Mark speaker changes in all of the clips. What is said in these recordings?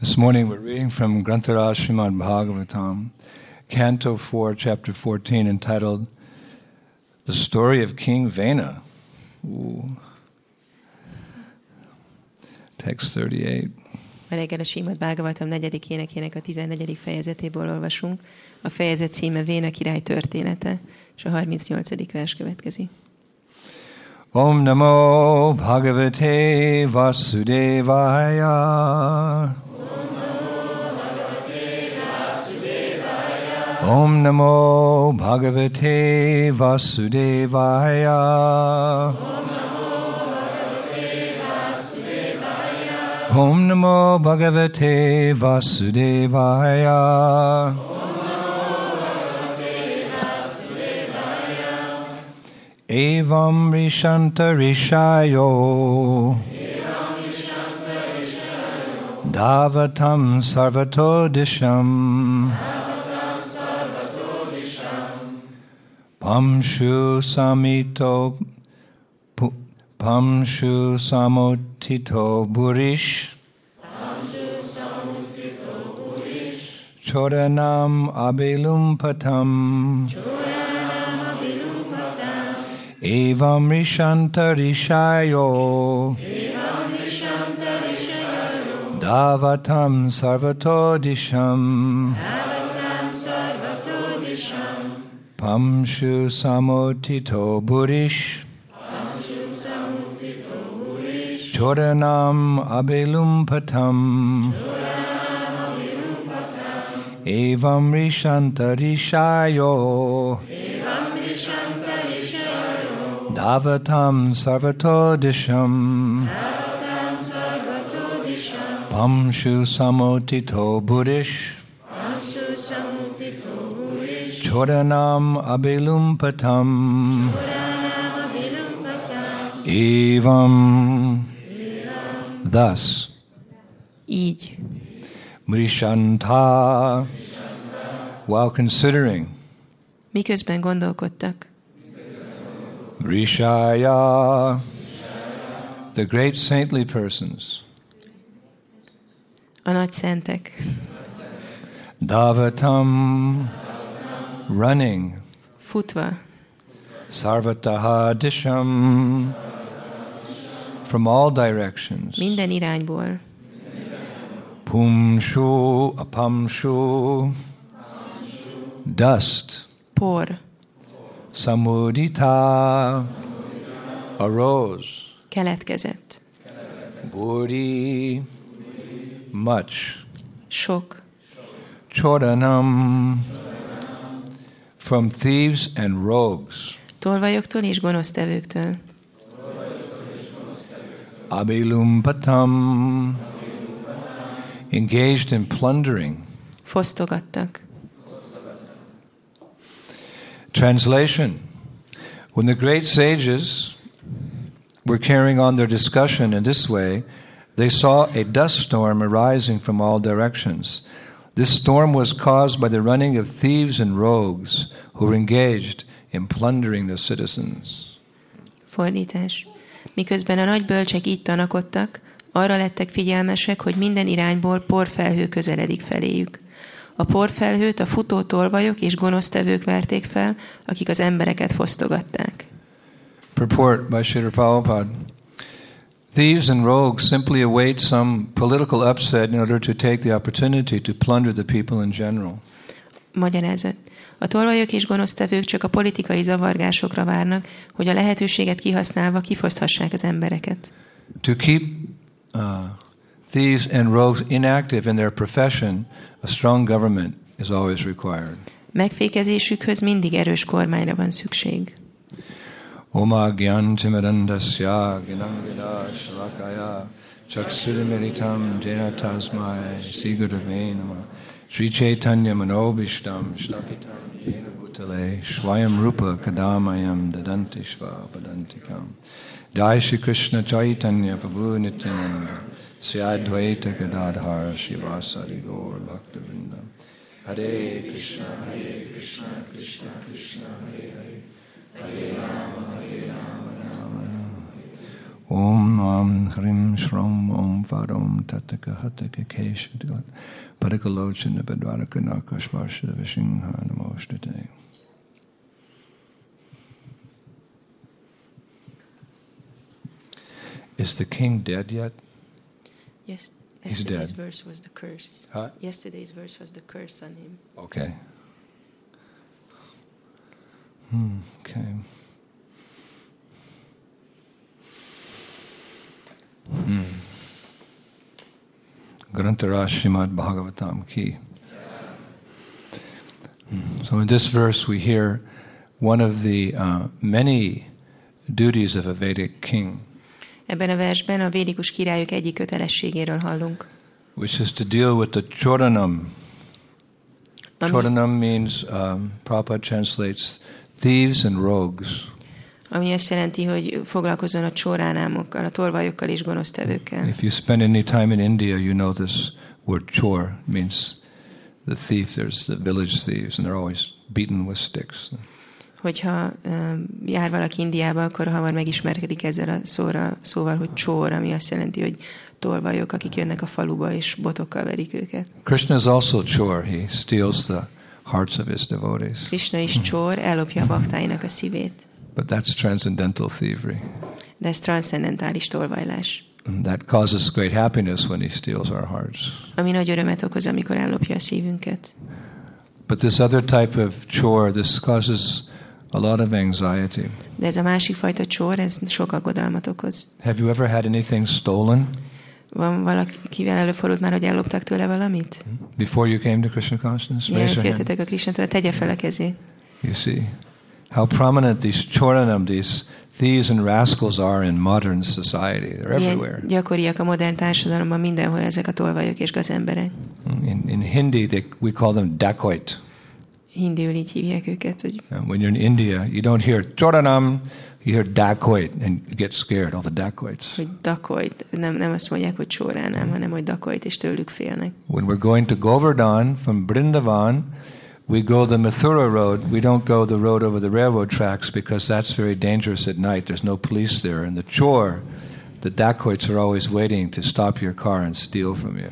Speaker 1: This morning we're reading from Granthara Srimad Bhagavatam, Canto 4, Chapter 14, entitled The Story of King Vena. Ooh. Text 38.
Speaker 2: Ma reggel a Simad Bhagavatam negyedik énekének a 14. fejezetéből olvasunk. A fejezet címe Véna király története, és a 38. vers következik.
Speaker 1: Om Namo Bhagavate Vasudevaya. Om Namo Bhagavate Vasudevaya. Om Namo Bhagavate Vasudevaya. Evam Rishanta Rishayo. Davatam Sarvato Disham. Pamshu Samito pu- Pamshu Samotito Burish. Choranam Abilumpatam. Evam Rishanta Rishayo. Davatam Sarvato Disham. Pamshu Samotito Burish. Choranam Abilumpatam. Evam Rishanta Rishayo. Davatam Sarvato Disham. Pamshu Samotito Buddhish. Choranam Abilumpatam. Evam. Thus,
Speaker 2: Így,
Speaker 1: Mrishanta, while considering
Speaker 2: miközben gondolkodtak,
Speaker 1: Rishaya, the great saintly persons,
Speaker 2: a nagy szentek,
Speaker 1: Davatam, running,
Speaker 2: futva,
Speaker 1: Sarvataha Disham, from all directions,
Speaker 2: minden irányból,
Speaker 1: Pumshu, Apamshu, dust,
Speaker 2: por,
Speaker 1: Samudita, arose,
Speaker 2: keletkezett,
Speaker 1: Buri, much.
Speaker 2: sok,
Speaker 1: Choranam, from thieves and rogues.
Speaker 2: tolvajoktól és gonosztevőktől,
Speaker 1: Abilumpatam, engaged in plundering.
Speaker 2: fosztogattak.
Speaker 1: Translation When the great sages were carrying on their discussion in this way, they saw a dust storm arising from all directions. This storm was caused by the running of thieves and rogues who were engaged in plundering the citizens.
Speaker 2: Fordítás. Miközben a nagy bölcsek így tanakodtak, arra lettek figyelmesek, hogy minden irányból porfelhő közeledik feléjük. A porfelhőt a futó tolvajok és gonosztevők verték fel, akik az embereket fosztogatták.
Speaker 1: Purport by Srila Prabhupada. Thieves and rogues simply await some political upset in order to take the opportunity to plunder the people in general.
Speaker 2: Magyarázat. A tolvajok és gonosztevők csak a politikai zavargásokra várnak, hogy a lehetőséget kihasználva kifoszthassák az embereket.
Speaker 1: To keep uh, thieves and rogues inactive in their profession, a strong government is always required.
Speaker 2: Megfékezésükhöz mindig erős kormányra van szükség.
Speaker 1: Oma gyantimirandasya ginangida shalakaya chaksurimiritam jena tasmai sri gurave namah. Sri Chaitanya Manobishtam Shtapitam Yena Bhutale Svayam Rupa Kadamayam Dadantishva Padantikam Jai Shri Krishna Chaitanya Prabhu Nityananda Sri Advaita Gadadhar Shivasari Gaur Bhaktivinoda Hare Krishna Hare Krishna Krishna Krishna Hare Hare Hare Rama Hare Rama Rama Rama Om Am Hrim Shrom Om Varom Tataka Hataka Keshadila Padakalochana Badvaraka Nakashvarsha Vishingha Namostate. Is the king dead yet?
Speaker 2: Yes.
Speaker 1: He's
Speaker 2: Yesterday's
Speaker 1: dead.
Speaker 2: verse was the curse.
Speaker 1: Huh?
Speaker 2: Yesterday's verse was the curse on him.
Speaker 1: Okay. Hmm, okay. Hmm. Grantaraj Srimad Bhagavatam ki. Hmm. So in this verse we hear one of the uh, many duties of a Vedic king,
Speaker 2: Ebben a versben a védikus királyok egyik kötelességéről hallunk.
Speaker 1: which is to deal with the choranam,
Speaker 2: Ami,
Speaker 1: Chodanam means, um, Prabhupada translates, thieves and rogues.
Speaker 2: ami azt jelenti, hogy foglalkozzon a csoránámokkal, a torvajokkal és gonosztevőkkel.
Speaker 1: If you spend any time in India, you know this word chor means the thief. There's the village thieves, and they're always beaten with sticks.
Speaker 2: Hogyha ö, jár valaki Indiába, akkor hamar megismerkedik ezzel a szóra, szóval, hogy csór, ami azt jelenti, hogy tolvajok, akik jönnek a faluba, és botokkal verik őket.
Speaker 1: Krishna is also chor. He steals the hearts of his devotees.
Speaker 2: Krishna is csór, ellopja a baktáinak a szívét.
Speaker 1: But that's transcendental thievery.
Speaker 2: De ez transzendentális tolvajlás,
Speaker 1: And that causes great happiness when he steals our hearts.
Speaker 2: ami nagy örömet okoz, amikor ellopja a szívünket.
Speaker 1: But this other type of chore, this causes a lot of anxiety.
Speaker 2: De ez a másik fajta csór, ez sok aggodalmat okoz.
Speaker 1: Have you ever had anything stolen?
Speaker 2: Van valakivel előfordult már, hogy elloptak tőle valamit?
Speaker 1: Before you came to Krishna consciousness? Raise
Speaker 2: Mielőtt
Speaker 1: your hand.
Speaker 2: jöttetek a Krisnától, tegye fel a kezét.
Speaker 1: You see how prominent these choranam, these thieves and rascals are in modern society. They're everywhere.
Speaker 2: Ilyen gyakoriak a modern társadalomban mindenhol ezek a tolvajok és gazemberek.
Speaker 1: In, in Hindi, they, we call them dacoit.
Speaker 2: Hindiül így hívják őket, hogy
Speaker 1: And when you're in India, you don't hear choranam, you hear dacoit, and you get scared, all the dacoits.
Speaker 2: hogy dakoit. Nem, nem azt mondják, hogy soránám, hanem hogy dakoit, és tőlük félnek.
Speaker 1: When we're going to Govardhan from Brindavan, we go the Mathura road. We don't go the road over the railroad tracks because that's very dangerous at night. There's no police there. And the chore, the dacoits are always waiting to stop your car and steal from you.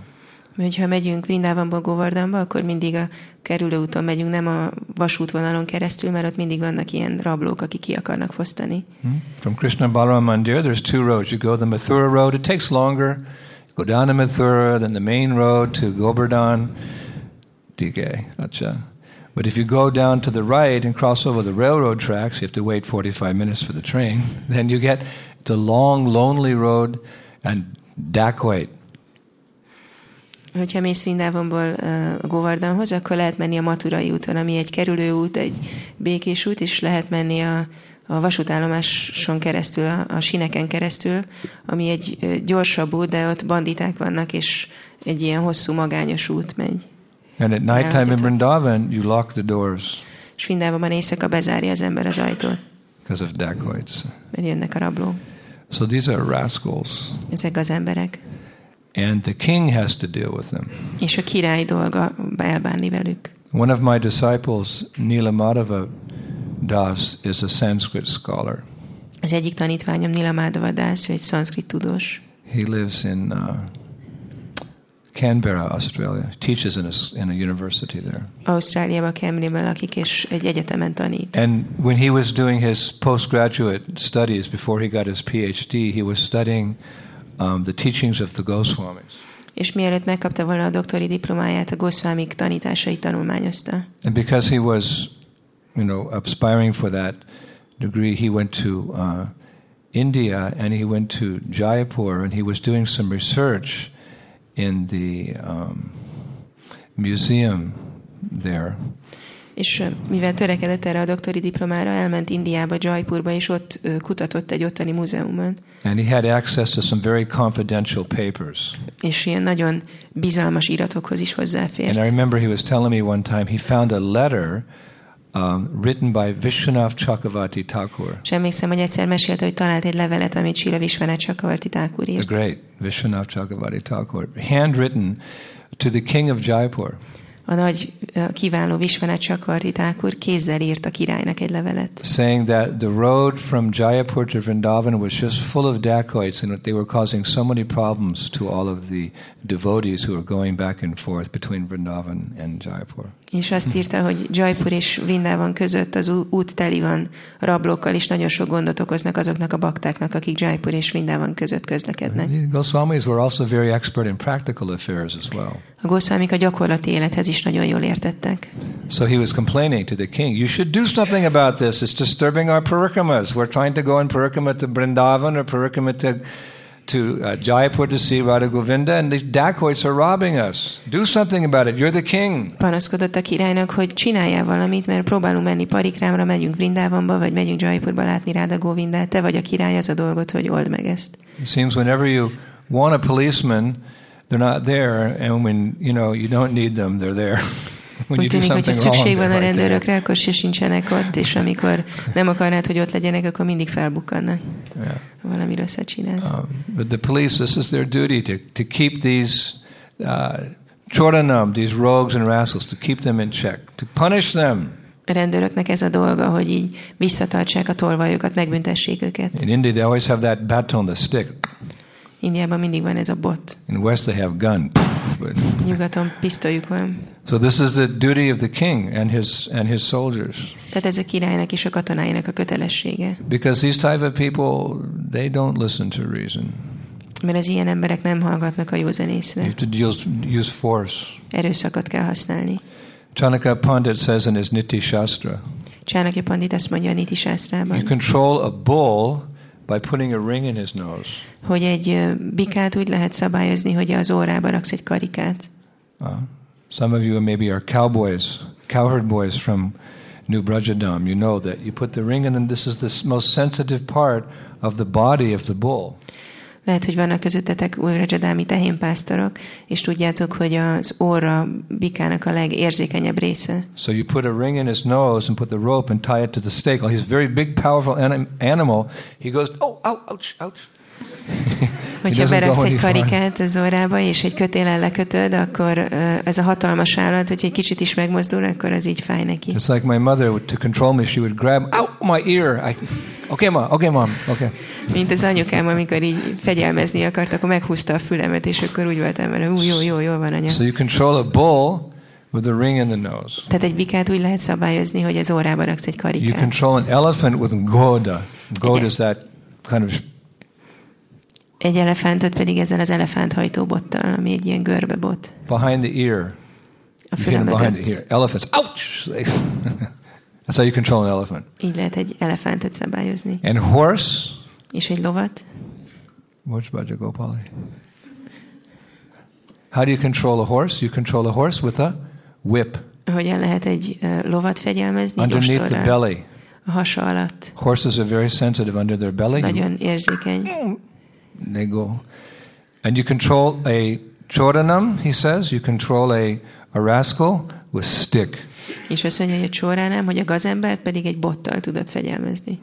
Speaker 2: Mert ha megyünk Vrindávamból Govardhanba, akkor mindig a kerülőúton megyünk, nem a vasútvonalon keresztül, mert ott mindig vannak ilyen rablók, akik ki akarnak fosztani.
Speaker 1: Hmm? From Krishna Balaram Mandir, there's two roads. You go the Mathura road, it takes longer. Go down to Mathura, then the main road to Govardhan, DK, Acha. But if you go down to the right and cross over the railroad tracks, you have to wait 45 minutes for the train. Then you get the long, lonely road and dacoit.
Speaker 2: Hogyha mész Vrindávamból ö, a Govardhanhoz, akkor lehet menni a Maturai úton, ami egy kerülőút, egy békés út, és lehet menni a, a vasútállomáson keresztül, a, a sineken keresztül, ami egy ö, gyorsabb út, de ott banditák vannak, és egy ilyen hosszú, magányos út megy.
Speaker 1: And at nighttime in
Speaker 2: Yeah, it is.
Speaker 1: Vrindavan, you lock the doors
Speaker 2: És Vrindávamban éjszaka bezárja az ember az ajtót,
Speaker 1: because of dacoits.
Speaker 2: mert jönnek a rablók.
Speaker 1: So these are rascals.
Speaker 2: Ezek az emberek.
Speaker 1: And the king has to deal with them.
Speaker 2: És a király dolga elbánni velük.
Speaker 1: One of my disciples, Nilamadava Das, is a Sanskrit scholar.
Speaker 2: Az egyik tanítványom Nilamádava Dász, ő egy szanszkrit tudós.
Speaker 1: He lives in uh, Canberra, Australia. teaches in a, s- in a university there.
Speaker 2: Ausztráliába, Cambridge-ben lakik, és egy egyetemen tanít.
Speaker 1: And when he was doing his postgraduate studies before he got his PhD, he was studying um, the teachings of the Goswamis.
Speaker 2: És mielőtt megkapta volna a doktori diplomáját, a Goszvámik tanításait tanulmányozta.
Speaker 1: And because he was, you know, aspiring for that degree, he went to uh, India and he went to Jaipur and he was doing some research in the um, museum there.
Speaker 2: És ö, mivel törekedett erre a doktori diplomára, elment Indiába, Jaipurba, és ott ö, kutatott egy ottani múzeumban.
Speaker 1: And he had access to some very confidential papers.
Speaker 2: És ilyen nagyon bizalmas iratokhoz is
Speaker 1: And I
Speaker 2: hozzáfért.
Speaker 1: remember he was telling me one time he found a letter um, written by Vishwanath Chakravarti Thakur,
Speaker 2: És emlékszem, hogy egyszer mesélte, hogy talált egy levelet, amit Sila Visvanát Csakavarti Thakur
Speaker 1: the
Speaker 2: írt.
Speaker 1: great Vishwanath Chakravarti Thakur, handwritten to the king of Jaipur.
Speaker 2: a a nagy ö, kiváló Visvanát Csakarditákur kézzel írt a királynak egy levelet.
Speaker 1: saying that the road from Jaipur to Vrindavan was just full of dacoits and that they were causing so many problems to all of the devotees who were going back and forth between Vrindavan and Jaipur.
Speaker 2: És azt írta, hogy Jaipur és Vrindában között az ú- út teli van rablókkal, és nagyon sok gondot okoznak azoknak a baktáknak, akik Jaipur és Vrindában között közlekednek.
Speaker 1: The Goswamis were also very expert in practical affairs as well.
Speaker 2: A goszvámik a gyakorlati élethez is nagyon jól értettek.
Speaker 1: So he was complaining to the king, You should do something about this. It's disturbing our parikramas. We're trying to go in parikramah to Vrindavan or parikramah to, to uh, Jaipur to see Radha Govinda, and these dacoits are robbing us. Do something about it. You're the king.
Speaker 2: Panaszkodott a királynak, hogy csináljál valamit, mert próbálunk menni Parikrámra, megyünk Vrindávamba, vagy megyünk Jaipurba látni Ráda Govindát, te vagy a király, az a dolgot, hogy old meg ezt.
Speaker 1: It seems whenever you want a policeman, they're not there, and when you know you don't need them, they're there. when you
Speaker 2: Úgy
Speaker 1: do
Speaker 2: tűnik, hogyha
Speaker 1: something
Speaker 2: szükség
Speaker 1: wrong,
Speaker 2: van
Speaker 1: they're
Speaker 2: a
Speaker 1: right there.
Speaker 2: rendőrökre, akkor se sincsenek ott, és amikor nem akarnád, hogy ott legyenek, akkor mindig felbukkannak.
Speaker 1: Yeah.
Speaker 2: ha Valami rosszat csinálsz.
Speaker 1: Um, but the police, this is their duty to, to keep these uh, chordanam, these rogues and rascals, to keep them in check, to punish them.
Speaker 2: A rendőröknek ez a dolga, hogy így visszatartsák a tolvajokat, megbüntessék őket.
Speaker 1: In India, they always have that baton, the stick.
Speaker 2: Indiában mindig van ez a bot.
Speaker 1: In West, they have gun. But-
Speaker 2: Nyugaton pisztolyuk van.
Speaker 1: so this is the duty of the king and his and his soldiers,
Speaker 2: Tehát ez a királynak és a katonáinak a kötelessége.
Speaker 1: because these type of people they don't listen to reason.
Speaker 2: Mert az ilyen emberek nem hallgatnak a
Speaker 1: You
Speaker 2: józanészre.
Speaker 1: have to use, use force.
Speaker 2: Erőszakot kell használni.
Speaker 1: Chanaka Pandit says in his Niti Shastra,
Speaker 2: Csánakya Pandit azt mondja a Niti
Speaker 1: you
Speaker 2: Sásztrában,
Speaker 1: control a bull by putting a ring in his nose.
Speaker 2: hogy egy ö, bikát úgy lehet szabályozni, hogy az órába raksz egy karikát.
Speaker 1: Uh, some of you maybe are cowboys, cowherd boys from New Brajadam. You know that you put the ring in, and this is the s- most sensitive part of the body of the bull.
Speaker 2: Lehet, hogy vannak közöttetek újrajadámi tehénpásztorok, és tudjátok, hogy az óra bikának a legérzékenyebb része.
Speaker 1: So you put a ring in his nose and put the rope and tie it to the stake. Oh, he's a very big, powerful anim- animal. He goes, oh, ouch, ouch, ouch.
Speaker 2: Hogyha
Speaker 1: doesn't
Speaker 2: beraksz
Speaker 1: go
Speaker 2: egy
Speaker 1: any far.
Speaker 2: karikát az órába, és egy kötélen lekötöd, akkor ö, ez a hatalmas állat, hogyha egy kicsit is megmozdul, akkor az így fáj neki.
Speaker 1: It's like my mother would, to control me. She would grab, ow, my ear. I, okay, mom. Okay, mom. Okay.
Speaker 2: Mint az anyukám, amikor így fegyelmezni akart, akkor meghúzta a fülemet, és akkor úgy voltam vele, hú, jó, jó, jó van, anya.
Speaker 1: So you control a bull with a ring in the nose.
Speaker 2: Tehát egy bikát úgy lehet szabályozni, hogy az órába raksz egy
Speaker 1: You
Speaker 2: karikát.
Speaker 1: control an elephant with goda. Goda is that kind of
Speaker 2: Egy elefántot pedig ezzel az elefánthajtó bottal, ami egy ilyen görbe bot.
Speaker 1: behind the ear.
Speaker 2: A
Speaker 1: You hit
Speaker 2: füle
Speaker 1: 'em behind the
Speaker 2: mögött.
Speaker 1: ear. Elephants. Ouch! That's how you control an elephant.
Speaker 2: Így lehet egy elefántot szabályozni.
Speaker 1: And horse.
Speaker 2: És egy lovat?
Speaker 1: What's Bhaja Gopali? How do you control a horse? You control a horse with a whip
Speaker 2: Hogyan lehet egy ö, lovat fegyelmezni? Egy
Speaker 1: underneath the
Speaker 2: ostorral.
Speaker 1: belly.
Speaker 2: A hasa alatt.
Speaker 1: Horses are very sensitive under their belly. You
Speaker 2: Nagyon érzékeny.
Speaker 1: They go. And you control a choranam, he says, you control a, a rascal with stick.
Speaker 2: És azt mondja, hogy a csóránám, hogy a gazembert pedig egy bottal tudod fegyelmezni.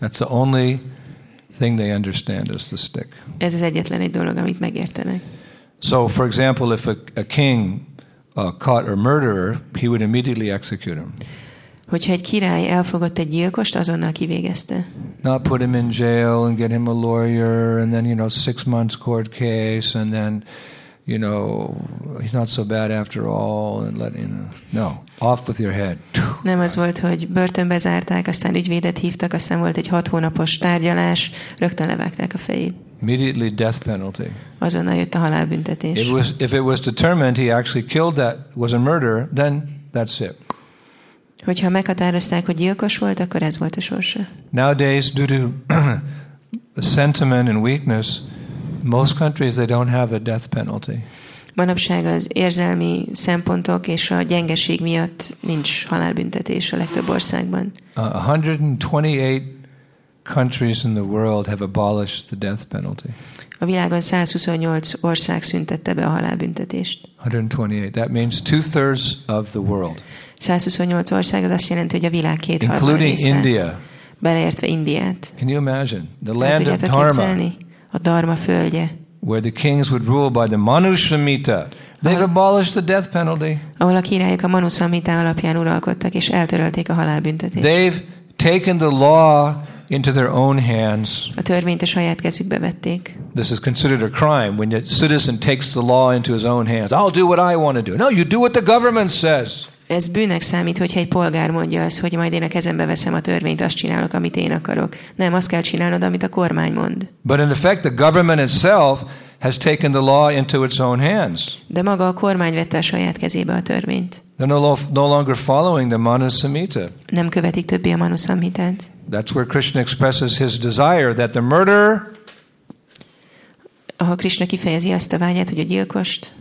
Speaker 1: That's the only thing they understand is the stick.
Speaker 2: Ez az egyetlen egy dolog, amit megértenek.
Speaker 1: So, for example, if a, a king uh, caught a murderer, he would immediately execute him,
Speaker 2: Hogyha egy király elfogott egy gyilkost, azonnal kivégezte.
Speaker 1: not put him in jail and get him a lawyer and then, you know, six months court case and then, you know, he's not so bad after all and let, you know. No, off with your head.
Speaker 2: Nem az volt, hogy börtönbe zárták, aztán ügyvédet hívtak, aztán volt egy hat hónapos tárgyalás, rögtön levágták a fejét.
Speaker 1: Immediately death penalty.
Speaker 2: Azonnal jött a
Speaker 1: It
Speaker 2: halálbüntetés.
Speaker 1: was, if it was determined he actually killed that was a murderer, then that's it.
Speaker 2: Hogyha meghatározták, hogy gyilkos volt, akkor ez volt a sorsa.
Speaker 1: Nowadays, due to sentiment and weakness, most countries they don't have a death penalty.
Speaker 2: Manapság az érzelmi szempontok és a gyengeség miatt nincs halálbüntetés a legtöbb országban.
Speaker 1: Uh, 128 countries in the world have abolished the death penalty.
Speaker 2: A világon 128 ország szüntette be a halálbüntetést.
Speaker 1: 128. That means two thirds of the world,
Speaker 2: 128 ország az azt jelenti, hogy a világ két
Speaker 1: including India.
Speaker 2: beleértve Indiát.
Speaker 1: Can you imagine the
Speaker 2: El
Speaker 1: land of
Speaker 2: tudjátok
Speaker 1: Dharma,
Speaker 2: képzelni? A Dharma földje,
Speaker 1: where the kings would rule by the Manushamita, They've abolished the death penalty.
Speaker 2: ahol a királyok a Manuszamita alapján uralkodtak, és eltörölték a halálbüntetést.
Speaker 1: They've taken the law into their own hands.
Speaker 2: A törvényt a saját kezükbe vették.
Speaker 1: This is considered a crime when a citizen takes the law into his own hands. I'll do what I want to do. No, you do what the government says.
Speaker 2: Ez bűnnek számít, hogyha egy polgár mondja azt, hogy majd én a kezembe veszem a törvényt, azt csinálok, amit én akarok. Nem, azt kell csinálnod, amit a kormány mond.
Speaker 1: But in effect, the government itself has taken the law into its own hands.
Speaker 2: De maga a kormány vette a saját kezébe a törvényt.
Speaker 1: They're no, lo- no longer following the Manusamhita.
Speaker 2: Nem követik többé a Manuszamhitát.
Speaker 1: That's where Krishna expresses his desire that the murderer
Speaker 2: Ahol Krishna kifejezi azt a vágyát, hogy a gyilkost,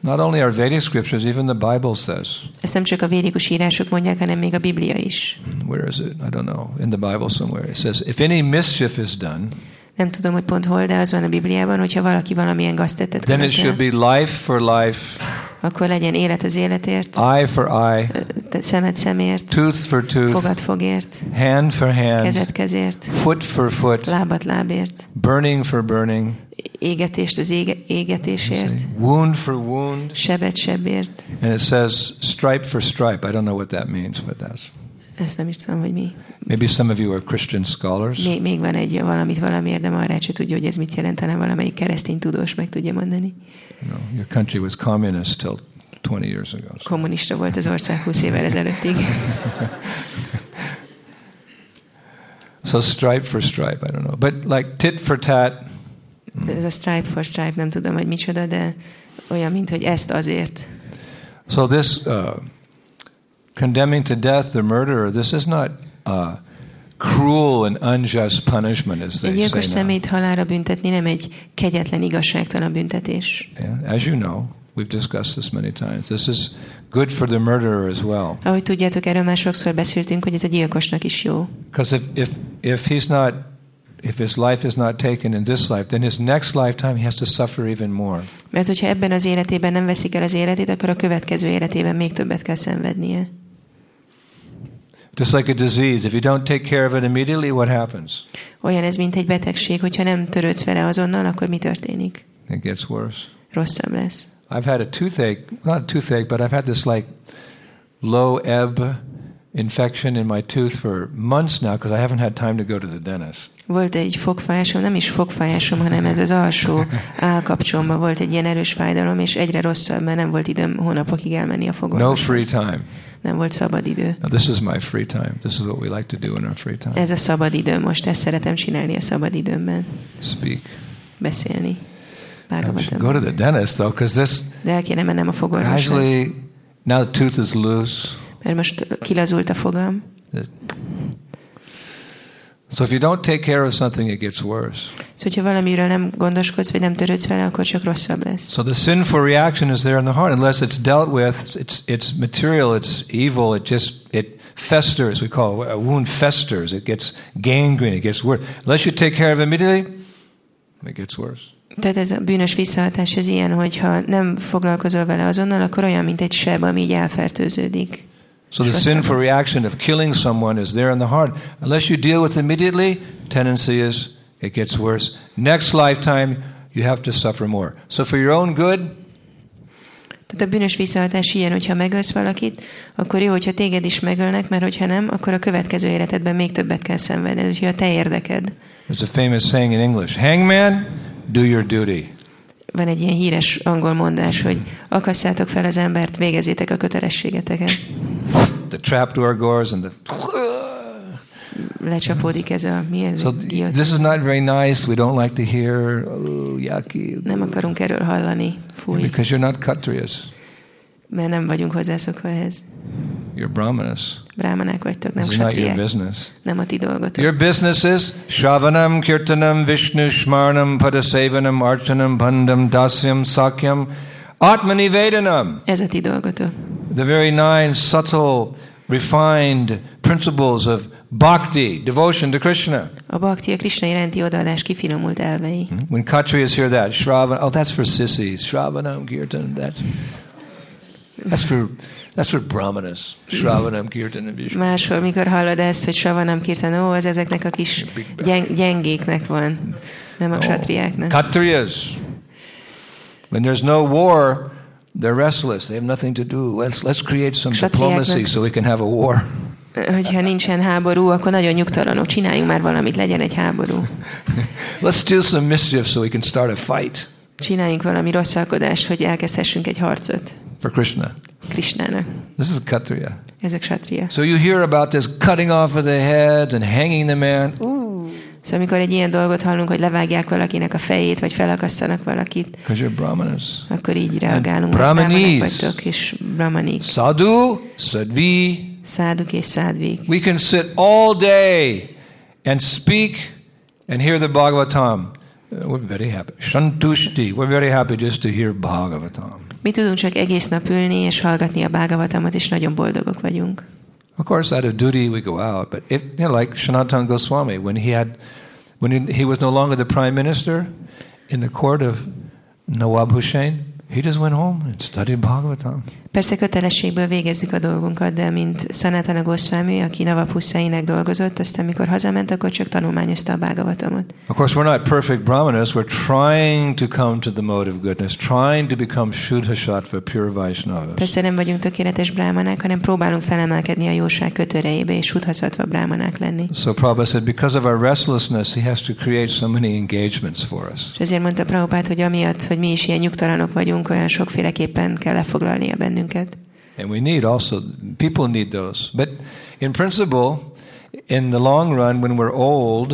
Speaker 1: Not only our Vedic scriptures, even the Bible says.
Speaker 2: ezt nem csak a védikus írások mondják, hanem még a Biblia is.
Speaker 1: Where is it? I don't know. In the Bible somewhere. It says, if any mischief is done,
Speaker 2: Nem tudom, hogy pont hol, de az van a Bibliában, hogyha valaki valamilyen gaztettet
Speaker 1: then it
Speaker 2: követel,
Speaker 1: should be life for life,
Speaker 2: akkor legyen élet az életért,
Speaker 1: eye for eye,
Speaker 2: ö, te- szemed szemért,
Speaker 1: tooth for tooth,
Speaker 2: fogad fogért,
Speaker 1: hand for hand,
Speaker 2: kezed kezért,
Speaker 1: foot for foot,
Speaker 2: lábat lábért,
Speaker 1: burning for burning,
Speaker 2: égetést az ége, égetésért,
Speaker 1: see, wound for wound.
Speaker 2: sebet sebért.
Speaker 1: And it says stripe for stripe. I don't know what that means, but that's.
Speaker 2: Ezt nem is tudom, hogy mi.
Speaker 1: Maybe some of you are Christian scholars.
Speaker 2: Még, még van egy valamit valamiért, de már se tudja, hogy ez mit jelent, hanem valamelyik keresztény tudós meg tudja mondani.
Speaker 1: You know, your country was communist till 20 years ago. so-
Speaker 2: Kommunista volt az ország 20 évvel ezelőttig.
Speaker 1: So stripe for stripe, I don't know. But like tit for tat,
Speaker 2: Ez a stripe for stripe, nem tudom, hogy micsoda, de olyan, mint hogy ezt azért.
Speaker 1: So this uh, condemning to death the murderer, this is not uh, cruel and unjust punishment, as
Speaker 2: Egy
Speaker 1: they
Speaker 2: gyilkos
Speaker 1: say. Now.
Speaker 2: szemét halálra büntetni nem egy kegyetlen, igazságtalan büntetés.
Speaker 1: Yeah, as you know, we've discussed this many times. This is good for the murderer as well,
Speaker 2: Ahogy tudjátok, erről már sokszor beszéltünk, hogy ez a gyilkosnak is jó.
Speaker 1: because if, if if he's not if his life is not taken in this life, then his next lifetime he has to suffer even more.
Speaker 2: Mert hogyha ebben az életében nem veszik el az életét, akkor a következő életében még többet kell szenvednie.
Speaker 1: Just like a disease, if you don't take care of it immediately, what happens?
Speaker 2: Olyan ez, mint egy betegség, hogyha nem törődsz vele azonnal, akkor mi történik?
Speaker 1: It gets worse.
Speaker 2: Rosszabb lesz.
Speaker 1: I've had a toothache, not a toothache, but I've had this like low ebb infection in my tooth for months now because I haven't had time to go to the dentist.
Speaker 2: Volt egy fogfájásom, nem is fogfájásom, hanem ez az alsó állkapcsomban volt egy ilyen erős fájdalom, és egyre rosszabb, mert nem volt időm hónapokig elmenni a
Speaker 1: No free
Speaker 2: fogorvoshoz.
Speaker 1: time.
Speaker 2: Nem volt szabad idő.
Speaker 1: Now, this is my free time. This is what we like to do in our free time
Speaker 2: Ez a szabad idő most, ezt szeretem csinálni a szabad időmben.
Speaker 1: speak.
Speaker 2: Beszélni.
Speaker 1: I should go
Speaker 2: Vágogatom.
Speaker 1: to the dentist though because this
Speaker 2: De el kéne mennem a fogorvoshoz.
Speaker 1: gradually, now the tooth is loose.
Speaker 2: Mert most kilazult a fogam.
Speaker 1: It- So, if you don't take care of something, it gets worse.
Speaker 2: Szóval, hogyha valamiről nem gondoskodsz, vagy nem törődsz vele, akkor csak rosszabb lesz.
Speaker 1: So the sinful reaction is there in the heart. Unless it's dealt with, it's it's material, it's evil. It just it festers. We call it a wound festers. It gets gangrene. It gets worse. Unless you take care of it immediately, it gets worse.
Speaker 2: Tehát ez a bűnös visszahatás, ez ilyen, hogyha nem foglalkozol vele azonnal, akkor olyan, mint egy seb, ami így elfertőződik.
Speaker 1: So the sinful reaction of killing someone is there in the heart. Unless you deal with it immediately, tendency is it gets worse. Next lifetime, you have to suffer more. So for your own good,
Speaker 2: Tehát a bűnös visszahatás ilyen, hogyha megölsz valakit, akkor jó, hogyha téged is megölnek, mert hogyha nem, akkor a következő életedben még többet kell szenvedned, úgyhogy a te érdeked.
Speaker 1: there's a famous saying in English: "Hangman, do your duty."
Speaker 2: Van egy ilyen híres angol mondás, hogy akasszátok fel az embert, végezzétek a kötelességeteket.
Speaker 1: The trapdoor goes and the
Speaker 2: Lecsapódik ez a, mi ez,
Speaker 1: So
Speaker 2: Giot-
Speaker 1: this is not very nice. We don't like to hear oh, yucky
Speaker 2: Nem akarunk erről hallani, fúj,
Speaker 1: because you're not Kshatriyas.
Speaker 2: mert nem vagyunk hozzászokva ehhez.
Speaker 1: You're Brahmanas.
Speaker 2: Brámanák vagytok, nem
Speaker 1: This is not your
Speaker 2: satriák.
Speaker 1: business.
Speaker 2: Nem a ti dolgotok.
Speaker 1: Your business is Shravanam, Kirtanam, Vishnu, Shmarnam, Padasevanam, Archanam, Bandham, Dasyam, Sakyam, Atmanivedanam.
Speaker 2: Ez a ti dolgotok.
Speaker 1: The very nine subtle, refined principles of bhakti, devotion to Krishna.
Speaker 2: A bhakti a Krishna iránti odaadás kifinomult elvei.
Speaker 1: When Kshatriyas hear that, Shravan, oh, that's for sissies. Shravanam Kirtan, that's, that's for that's for brahmanas. Shravanam Kirtan and Vishnu.
Speaker 2: Máshol, mikor hallod ezt, hogy savanam kirtan, ó, az ezeknek a kis gyeng- gyengéknek van, nem a
Speaker 1: No.
Speaker 2: satriáknak.
Speaker 1: Kshatriyas. When there's no war, They're restless. They have nothing to do. Let's, let's create some
Speaker 2: Kshatriyáknak-
Speaker 1: diplomacy so we can have a war.
Speaker 2: Hogyha nincsen háború, akkor nagyon nyugtalanok. Csináljunk már valamit, legyen egy háború.
Speaker 1: Let's do some mischief so we can start a fight
Speaker 2: Csináljunk valami rosszalkodást, hogy elkezdhessünk egy harcot
Speaker 1: for Krishna.
Speaker 2: Krisnának.
Speaker 1: This is Katriya.
Speaker 2: Ezek satria.
Speaker 1: So you hear about this cutting off of the heads and hanging the man.
Speaker 2: Szóval amikor egy ilyen dolgot hallunk, hogy levágják valakinek a fejét, vagy felakasztanak valakit,
Speaker 1: Because you're brahmanas.
Speaker 2: akkor így reagálunk.
Speaker 1: Brahmanis.
Speaker 2: Brahmanek vagytok, és brahmanik,
Speaker 1: Sadhu, sadvi.
Speaker 2: száduk és szádvik.
Speaker 1: We can sit all day and speak and hear the Bhagavatam. Uh, We're very happy. Shantushti. We're very happy just to hear Bhagavatam.
Speaker 2: Mi tudunk csak egész nap ülni és hallgatni a bágavatamot, és nagyon boldogok vagyunk.
Speaker 1: Of course, out of duty we go out, but it, you know, like Sanatana Goswami, when he had, when he, he was no longer the prime minister in the court of Nawab Hussain, he just went home and studied Bhagavatam.
Speaker 2: Persze kötelességből végezzük a dolgunkat, de mint Sanatana Goswami, aki Navap Husseinek dolgozott, aztán amikor hazament, akkor csak tanulmányozta a bágavatamot.
Speaker 1: Of course, we're not perfect brahmanas. We're trying to come to the mode of goodness, trying to become Shuddha Sattva, pure Vaishnavas.
Speaker 2: Persze nem vagyunk tökéletes brámanák, hanem próbálunk felemelkedni a jóság kötörejébe, és udhaszatva brámanák lenni.
Speaker 1: So Prabhupada said, because of our restlessness, he has to create so many engagements for us.
Speaker 2: És ezért mondta Prabhupát, hogy amiatt, hogy mi is ilyen nyugtalanok vagyunk, olyan sokféleképpen kell lefoglalnia bennünket.
Speaker 1: And we need also, people need those. But in principle, in the long run, when we're old,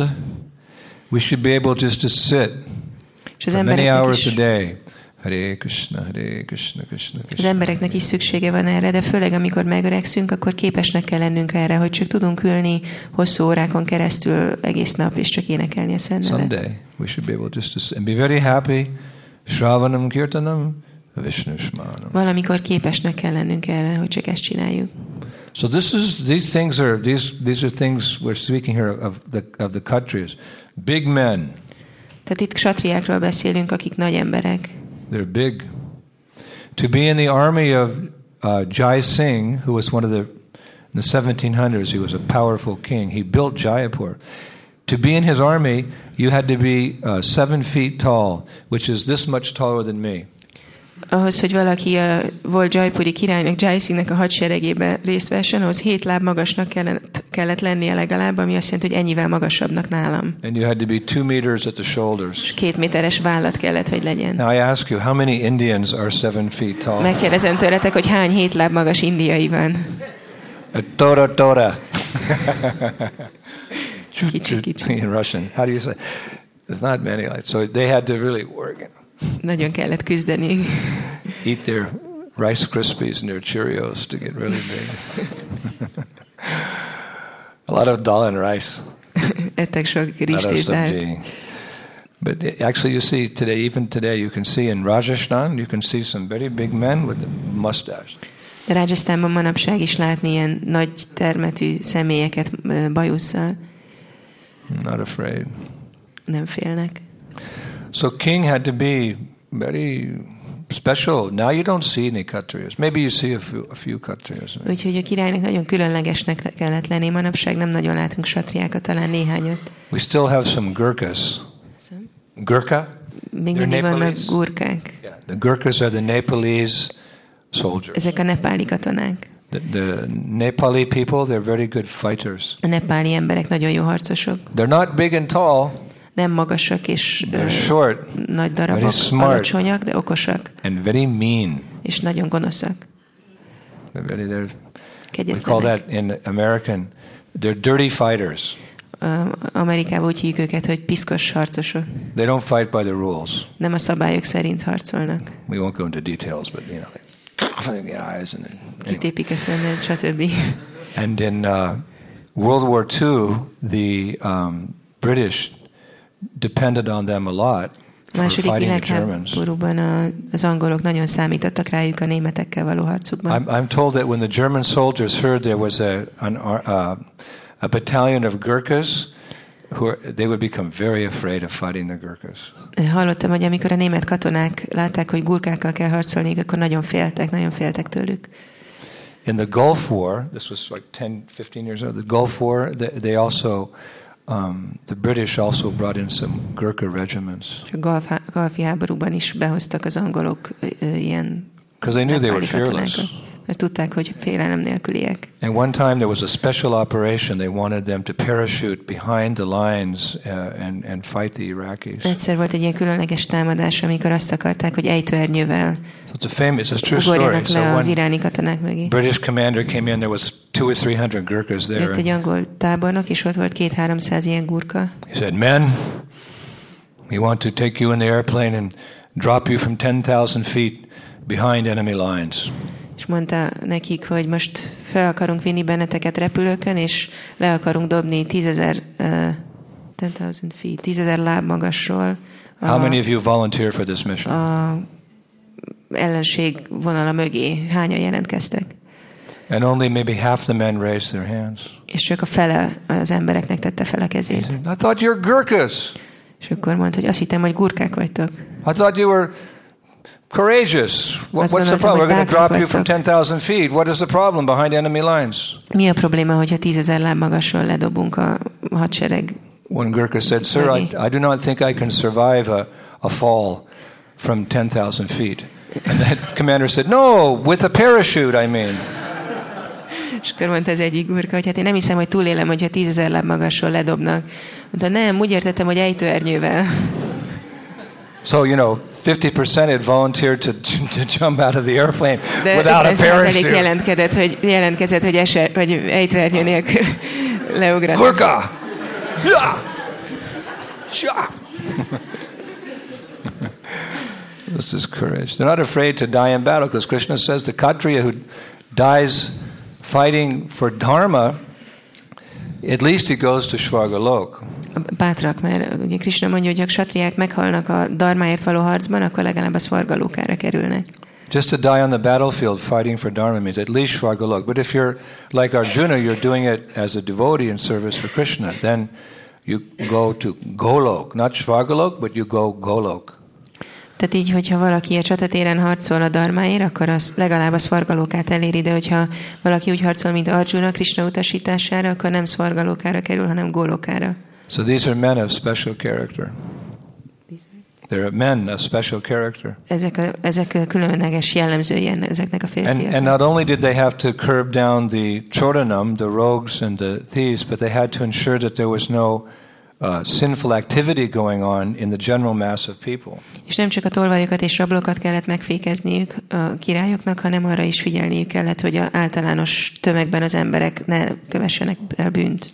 Speaker 1: we should be able just to sit
Speaker 2: És
Speaker 1: for
Speaker 2: az
Speaker 1: Hát many
Speaker 2: embereknek
Speaker 1: hours
Speaker 2: is,
Speaker 1: a day. Hare Krishna, Hare Krishna, Krishna
Speaker 2: az
Speaker 1: Krishna.
Speaker 2: embereknek is szüksége van erre, de főleg amikor megöregszünk, akkor képesnek kell lennünk erre, hogy csak tudunk ülni hosszú órákon keresztül egész nap, és csak énekelni a szennevet.
Speaker 1: Someday we should be able just to sit and be very happy. Shravanam Kirtanam Vishnu Smanam.
Speaker 2: Valamikor képesnek kell lennünk erre, hogy csak ezt csináljuk.
Speaker 1: So this is these things are these these are things we're speaking here of the of the countries. Big men,
Speaker 2: Tehát itt satriákról beszélünk, akik nagy emberek.
Speaker 1: they're big. To be in the army of uh, Jai Singh, who was one of the in the 1700s, he was a powerful king. He built Jaipur. To be in his army, you had to be uh, seven feet tall, which is this much taller than me.
Speaker 2: Ahhoz, hogy valaki a, volt Jaipuri királynak, Jaisingnek a hadseregében részt vessen, ahhoz hét láb magasnak kellett, kellett lennie legalább, ami azt jelenti, hogy ennyivel magasabbnak nálam.
Speaker 1: And you had to be two meters at the shoulders.
Speaker 2: És Két méteres vállat kellett, hogy legyen.
Speaker 1: Now I ask you, how many Indians are seven feet tall?
Speaker 2: Megkérdezem tőletek, hogy hány hét láb magas indiai van.
Speaker 1: A Tora Tora. Choo-
Speaker 2: Kitchen,
Speaker 1: choo-
Speaker 2: kitchen.
Speaker 1: In Russian. How do you say? There's not many like so they had to really work it.
Speaker 2: Nagyon kellett küzdeni.
Speaker 1: Eat their Rice Krispies and their Cheerios to get really big. A lot of dal and rice.
Speaker 2: Ettek sok
Speaker 1: A lot of
Speaker 2: ristésdát.
Speaker 1: sabji. But i- actually, you see today, even today, you can see in Rajasthan, you can see some very big men with mustache.
Speaker 2: De Rajasztánban manapság is látni ilyen nagy termetű személyeket ö, bajusszal.
Speaker 1: Not afraid.
Speaker 2: Nem félnek.
Speaker 1: So king had to be very special. Now you don't see any Khatriyas. Maybe you see a few, a few Khatriyas.
Speaker 2: Úgyhogy a királynak nagyon különlegesnek kellett lenni. Manapság nem nagyon látunk satriákat, talán néhányat.
Speaker 1: We still have some Gurkhas. Gurkha?
Speaker 2: Még
Speaker 1: They're
Speaker 2: mindig vannak
Speaker 1: Nepalese.
Speaker 2: gurkák.
Speaker 1: Yeah. The Gurkhas are the Nepalese soldiers.
Speaker 2: Ezek a nepáli katonák.
Speaker 1: The, the Nepali people, they're very good fighters.
Speaker 2: A nepáli emberek nagyon jó harcosok.
Speaker 1: They're not big and tall,
Speaker 2: Nem magasak és ö,
Speaker 1: they're short
Speaker 2: nagy darabok,
Speaker 1: smart.
Speaker 2: alacsonyak, de okosak,
Speaker 1: and very mean.
Speaker 2: és nagyon gonoszak.
Speaker 1: They're very, they're, we call
Speaker 2: Kegyetlenek.
Speaker 1: that in American, they're dirty fighters.
Speaker 2: Ö, Amerikában úgy hívjuk őket, hogy piszkos harcosok.
Speaker 1: They don't fight by the rules.
Speaker 2: Nem a szabályok szerint harcolnak.
Speaker 1: We won't go into details, but you know, like, the eyes and then, anyway.
Speaker 2: Kitépik a szemed, stb.
Speaker 1: And in uh, World War II, the um, British depended on them a lot
Speaker 2: A
Speaker 1: for
Speaker 2: második
Speaker 1: fighting the Germans.
Speaker 2: világháborúban a- az angolok nagyon számítottak rájuk a németekkel való harcukban.
Speaker 1: I'm, I'm told that when the German soldiers heard there was a, an, ar- uh, a battalion of Gurkhas, who are, they would become very afraid of fighting the Gurkhas.
Speaker 2: Hallottam, hogy amikor a német katonák látták, hogy gurkákkal kell harcolni, akkor nagyon féltek, nagyon féltek tőlük.
Speaker 1: In the Gulf War, this was like 10, 15 years ago, the Gulf War, they, they also, um, the British also brought in some Gurkha regiments.
Speaker 2: És a Galf- galfi háborúban is behoztak az angolok ö, ö, ilyen
Speaker 1: because they knew they were
Speaker 2: Nepáli
Speaker 1: fearless.
Speaker 2: katonákat. Mert tudták, hogy félelem nélküliek.
Speaker 1: And one time there was a special operation. They wanted them to parachute behind the lines uh, and, and fight the Iraqis. So
Speaker 2: Egyszer volt egy ilyen különleges támadás, amikor azt akarták, hogy ejtőernyővel
Speaker 1: it's a famous, it's a true story.
Speaker 2: ugorjanak
Speaker 1: So
Speaker 2: le az
Speaker 1: one
Speaker 2: iráni katonák mögé.
Speaker 1: British commander came in, there was two or three hundred Gurkhas there.
Speaker 2: Jött egy
Speaker 1: And
Speaker 2: angol tábornok, és ott volt két-háromszáz ilyen gurka.
Speaker 1: he said, Men, we want to take you in the airplane and drop you from 10,000 feet behind enemy lines.
Speaker 2: És mondta nekik, hogy most fel akarunk vinni benneteket repülőkön, és le akarunk dobni tízezer, uh, 10,000 feet, tízezer láb magasról
Speaker 1: How many
Speaker 2: a,
Speaker 1: of you volunteer for this mission?
Speaker 2: a ellenség vonala mögé. Hányan jelentkeztek?
Speaker 1: and only maybe half the men raised their hands.
Speaker 2: És csak a fele az embereknek tette fel a
Speaker 1: He
Speaker 2: kezét.
Speaker 1: said, I thought you're Gurkhas.
Speaker 2: És akkor mondta, hogy azt hittem, hogy gurkák vagytok.
Speaker 1: I thought you were courageous. What,
Speaker 2: Azt
Speaker 1: what's the
Speaker 2: gondoltam,
Speaker 1: problem? We're
Speaker 2: hogy
Speaker 1: going to drop
Speaker 2: bátrak
Speaker 1: you from
Speaker 2: vagytok.
Speaker 1: 10,000 feet. What is the problem behind enemy lines?
Speaker 2: Mi a probléma, hogyha tízezer láb magasról ledobunk a hadsereg?
Speaker 1: One Gurkha said, Sir, I,
Speaker 2: Maybe.
Speaker 1: I do not think I can survive a, a fall from 10,000 feet. And that commander said, No, with a parachute, I mean.
Speaker 2: És akkor mondta az egyik gurka, hogy hát én nem hiszem, hogy túlélem, hogyha tízezer láb magasról ledobnak. Mondta, nem, úgy értettem, hogy ejtőernyővel.
Speaker 1: So, you know, 50% had volunteered to, to jump out of the airplane
Speaker 2: De
Speaker 1: without a
Speaker 2: 50%
Speaker 1: parachute.
Speaker 2: jelentkezett, hogy, jelentkezett, hogy eser, vagy ejtőernyő nélkül leugranak.
Speaker 1: Gurkha! Yeah! Yeah! this is courage. They're not afraid to die in battle because Krishna says the Kshatriya who dies fighting for Dharma, at least he goes to Shvargalok.
Speaker 2: Bátrak, mert ugye Krishna mondja, hogy ha satriák meghalnak a darmáért való harcban, akkor legalább a szvargalókára kerülnek.
Speaker 1: Just to die on the battlefield fighting for Dharma means at least Shvargalok. But if you're like Arjuna, you're doing it as a devotee in service for Krishna, then you go to Golok. Not Shvargalok, but you go Golok.
Speaker 2: Tehát így, hogyha valaki a csatatéren harcol a darmáért, akkor az legalább a szvargalókát eléri, de hogyha valaki úgy harcol, mint Arjuna Krishna utasítására, akkor nem szvargalókára kerül, hanem gólokára.
Speaker 1: So these are men of special character. They're men of special character.
Speaker 2: Ezek, a, ezek a különleges jellemzői enne- ezeknek a
Speaker 1: And,
Speaker 2: férfiaknak.
Speaker 1: and not only did they have to curb down the choranam, the rogues and the thieves, but they had to ensure that there was no uh, sinful activity going on in the general mass of people.
Speaker 2: És nem csak a tolvajokat és rablokat kellett megfékezniük a királyoknak, hanem arra is figyelniük kellett, hogy a általános tömegben az emberek ne kövessenek el bűnt.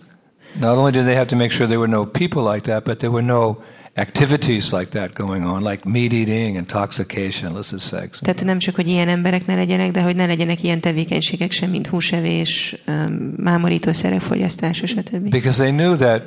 Speaker 1: Not only did they have to make sure there were no people like that, but there were no activities like that going on, like meat eating, intoxication, illicit sex.
Speaker 2: Tehát nem csak, hogy ilyen emberek ne legyenek, de hogy ne legyenek ilyen tevékenységek sem, mint húsevés, öm, mámorítószerek fogyasztása, stb.
Speaker 1: Because they knew that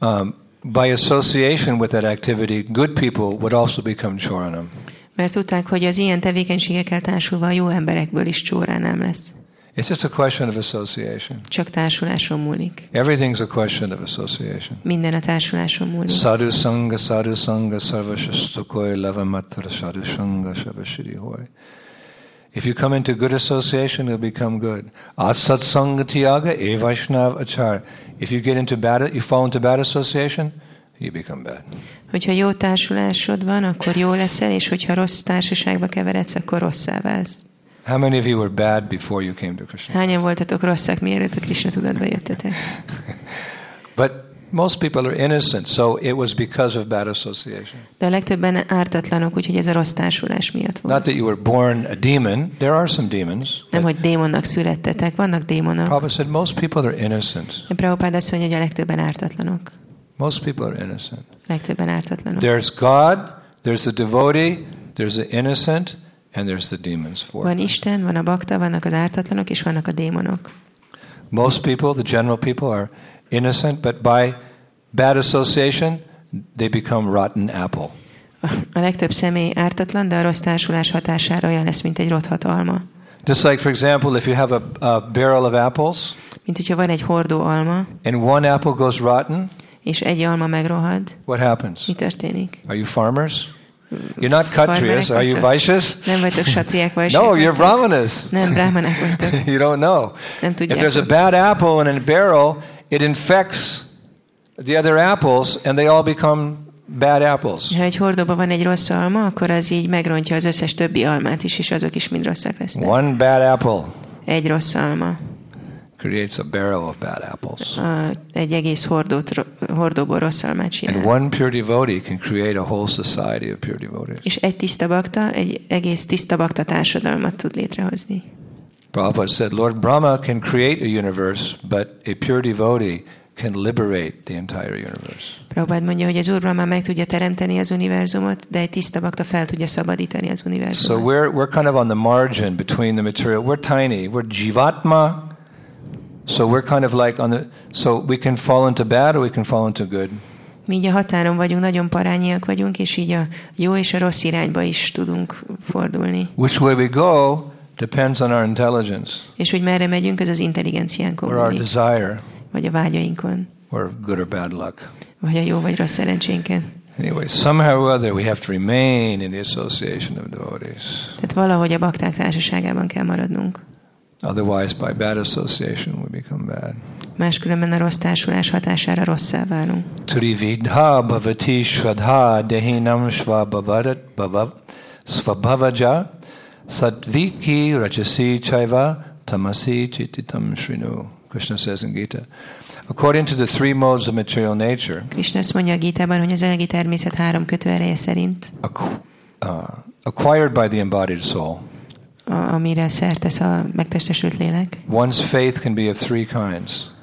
Speaker 1: um, by association with that activity, good people would also become choranam.
Speaker 2: Mert tudták, hogy az ilyen tevékenységekkel társulva a jó emberekből is csórá nem lesz.
Speaker 1: It's just a question of association.
Speaker 2: Csak társuláson múlik.
Speaker 1: Everything's a question of association.
Speaker 2: Minden a társuláson múlik.
Speaker 1: Sadhu Sangha, Sadhu Sangha, Sarva Shastakoi, Lavamatra, Sadhu Sangha, Shabashiri Hoy. If you come into good association, you'll become good. Asat Sangha Tiyaga, E Vaishnav Achar. If you get into bad, you fall into bad association, you become bad.
Speaker 2: Hogyha jó társulásod van, akkor jó leszel, és hogyha rossz társaságba keveredsz, akkor rosszá válsz.
Speaker 1: How many of you were bad before you came to Krishna?
Speaker 2: Hányan voltatok rosszak, mielőtt a Krishna tudatba jöttetek?
Speaker 1: But most people are innocent, so it was because of bad association.
Speaker 2: De a legtöbben ártatlanok, úgyhogy ez a rossz társulás miatt volt.
Speaker 1: Not that you were born a demon. There are some demons.
Speaker 2: Nem, hogy démonnak születtetek, vannak démonok.
Speaker 1: Prabhupada said most people are innocent.
Speaker 2: De Prabhupád azt mondja, hogy a legtöbben ártatlanok.
Speaker 1: Most people are innocent.
Speaker 2: A legtöbben ártatlanok.
Speaker 1: There's God, there's the devotee, there's the innocent, and there's the demons for.
Speaker 2: Van Isten, van a bakta, vannak az ártatlanok, és vannak a démonok.
Speaker 1: Most people, the general people, are innocent, but by bad association, they become rotten apple.
Speaker 2: A legtöbb személy ártatlan, de a rossz társulás hatására olyan lesz, mint egy rothat alma.
Speaker 1: Just like, for example, if you have a, a barrel of apples
Speaker 2: Mint hogyha van egy hordó alma,
Speaker 1: and one apple goes rotten,
Speaker 2: és egy alma megrohad,
Speaker 1: what happens?
Speaker 2: mi történik?
Speaker 1: Are you farmers? You're not Khatriyas. Are you Vaishyas?
Speaker 2: Nem vagytok satriák vagy
Speaker 1: No, you're
Speaker 2: vagytok?
Speaker 1: Brahmanas.
Speaker 2: Nem, brahmanák vagytok.
Speaker 1: You don't know.
Speaker 2: Nem
Speaker 1: If there's a
Speaker 2: tudjátok.
Speaker 1: bad apple in a barrel, it infects the other apples and they all become bad apples.
Speaker 2: Ha egy hordóban van egy rossz alma, akkor az így megrontja az összes többi almát is, és azok is mind rosszak lesznek.
Speaker 1: One bad apple
Speaker 2: Egy rossz alma.
Speaker 1: creates a barrel of bad apples.
Speaker 2: A, egy egész hordót, ro- hordóból rossz almát
Speaker 1: And
Speaker 2: csinál.
Speaker 1: one pure devotee can create a whole society of pure devotees.
Speaker 2: És egy tiszta bakta, egy egész tiszta bakta társadalmat tud létrehozni.
Speaker 1: Prabhupada said, Lord Brahma can create a universe, but a pure devotee can liberate the entire universe.
Speaker 2: Prabhupád mondja, hogy az Úr Brahma meg tudja teremteni az univerzumot, de egy tiszta bakta fel tudja szabadítani az
Speaker 1: So
Speaker 2: univerzumot.
Speaker 1: we're, we're kind of on the margin between the material. We're tiny. We're jivatma. So we're kind of like on the. So we can fall into bad or we can fall into good.
Speaker 2: Mi így a határon vagyunk, nagyon parányiak vagyunk, és így a jó és a rossz irányba is tudunk fordulni.
Speaker 1: Which way we go depends on our intelligence
Speaker 2: És hogy merre megyünk, ez az intelligenciánkon
Speaker 1: or our
Speaker 2: múlik,
Speaker 1: desire
Speaker 2: vagy a vágyainkon,
Speaker 1: or good or bad luck.
Speaker 2: vagy a jó vagy rossz szerencsénken.
Speaker 1: Anyway, somehow or other, we have to remain in the association of devotees.
Speaker 2: Tehát valahogy a bakták társaságában kell maradnunk.
Speaker 1: Otherwise, by bad association, we become bad.
Speaker 2: Máskülönben a rossz társulás hatására rosszá válunk.
Speaker 1: Turividha bhavati shraddha dehinam svabhavarat bhava- svabhavaja satviki rajasi chaiva tamasi chititam shrinu. Krishna says in Gita. According to the three modes of material nature,
Speaker 2: Krishna azt mondja a Gítában, hogy az anyagi természet három kötőereje szerint,
Speaker 1: acqu- uh, acquired by the embodied soul,
Speaker 2: a, amire szert tesz a megtestesült lélek,
Speaker 1: one's faith can be of three kinds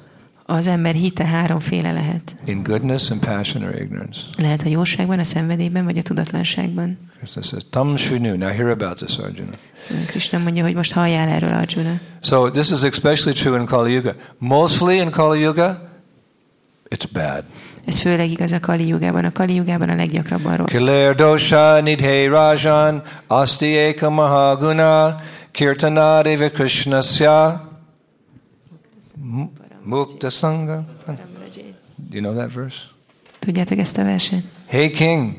Speaker 2: az ember hite háromféle lehet.
Speaker 1: in goodness, and passion, or ignorance.
Speaker 2: Lehet a jóságban, a szenvedélyben, vagy a tudatlanságban.
Speaker 1: Krishna says, Tam shrinu. Now hear about this, Arjuna.
Speaker 2: Krishna mondja, hogy most halljál erről, Arjuna.
Speaker 1: So this is especially true in Kali Yuga. Mostly in Kali Yuga, it's bad.
Speaker 2: Ez főleg igaz a Kali Jugában. A Kali Jugában a leggyakrabban rossz.
Speaker 1: Kiler dosha nidhe rajan asti eka mahaguna kirtana deva krishnasya mu- mukta sangha. Do you know that verse?
Speaker 2: Tudjátok ezt a verset?
Speaker 1: Hey king,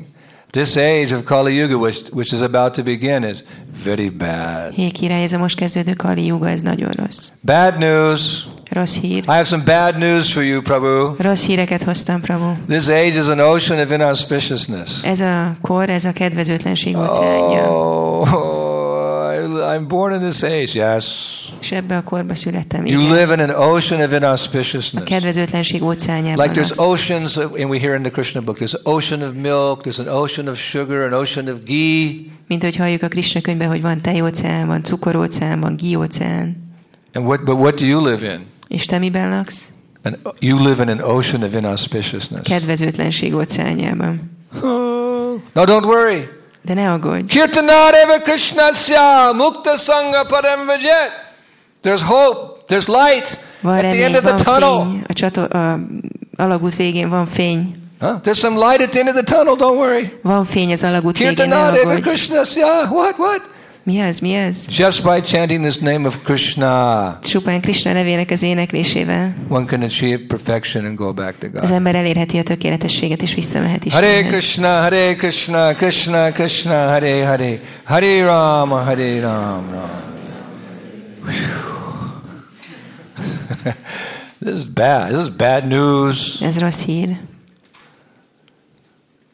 Speaker 1: this age of Kali Yuga, which, which is about to begin, is very bad.
Speaker 2: Hé király, ez a most kezdődő Kali Juga, ez nagyon rossz.
Speaker 1: Bad news.
Speaker 2: Rossz hír.
Speaker 1: I have some bad news for you, Prabhu.
Speaker 2: Rossz híreket hoztam, Prabhu.
Speaker 1: This age is an ocean of inauspiciousness.
Speaker 2: Ez a kor, ez a kedvezőtlenség óceánja.
Speaker 1: Ah. Oh, I, I'm born in this age. Yes.
Speaker 2: És ebbe a korba születtem.
Speaker 1: You
Speaker 2: Igen.
Speaker 1: live in an ocean of
Speaker 2: A
Speaker 1: inauspiciousness.
Speaker 2: kedvezőtlenség óceánjában
Speaker 1: Like there's
Speaker 2: laksz.
Speaker 1: oceans, uh, and we hear in the Krishna book, there's an ocean of milk, there's an ocean of sugar, an ocean of ghee.
Speaker 2: Mint ahogy halljuk a Krishna könyvben, hogy van tejóceán, van cukoróceán, van gióceán.
Speaker 1: And what, but what do you live in?
Speaker 2: És te miben laksz?
Speaker 1: And you live in an ocean of inauspiciousness.
Speaker 2: Kedvezőtlenség óceánjában.
Speaker 1: Oh. No, don't worry.
Speaker 2: De ne aggódj.
Speaker 1: Kirtanareva Krishnasya Mukta Sangha Param Vajat. There's hope, there's light
Speaker 2: Van
Speaker 1: at the end
Speaker 2: remény,
Speaker 1: of the
Speaker 2: van
Speaker 1: tunnel.
Speaker 2: fény. A, csato, a alagút végén van fény.
Speaker 1: Huh? There's some light at the end of the tunnel, don't worry.
Speaker 2: Van fény az alagút végén, ne
Speaker 1: Kirtanadeva
Speaker 2: aggódj.
Speaker 1: Krishnasya. What, what?
Speaker 2: Mi ez, mi ez?
Speaker 1: Just by chanting this name of Krishna,
Speaker 2: Csupán Krishna nevének az éneklésével
Speaker 1: one can achieve perfection and go back to
Speaker 2: az
Speaker 1: God.
Speaker 2: ember elérheti a tökéletességet, és visszamehet
Speaker 1: Hare
Speaker 2: Istenhez.
Speaker 1: Krishna, Hare Krishna, Krishna Krishna, Hare Hare, Hare Rama, Hare Rama. Rama. Whew. this is bad. This is bad news.
Speaker 2: Ez rossz hír.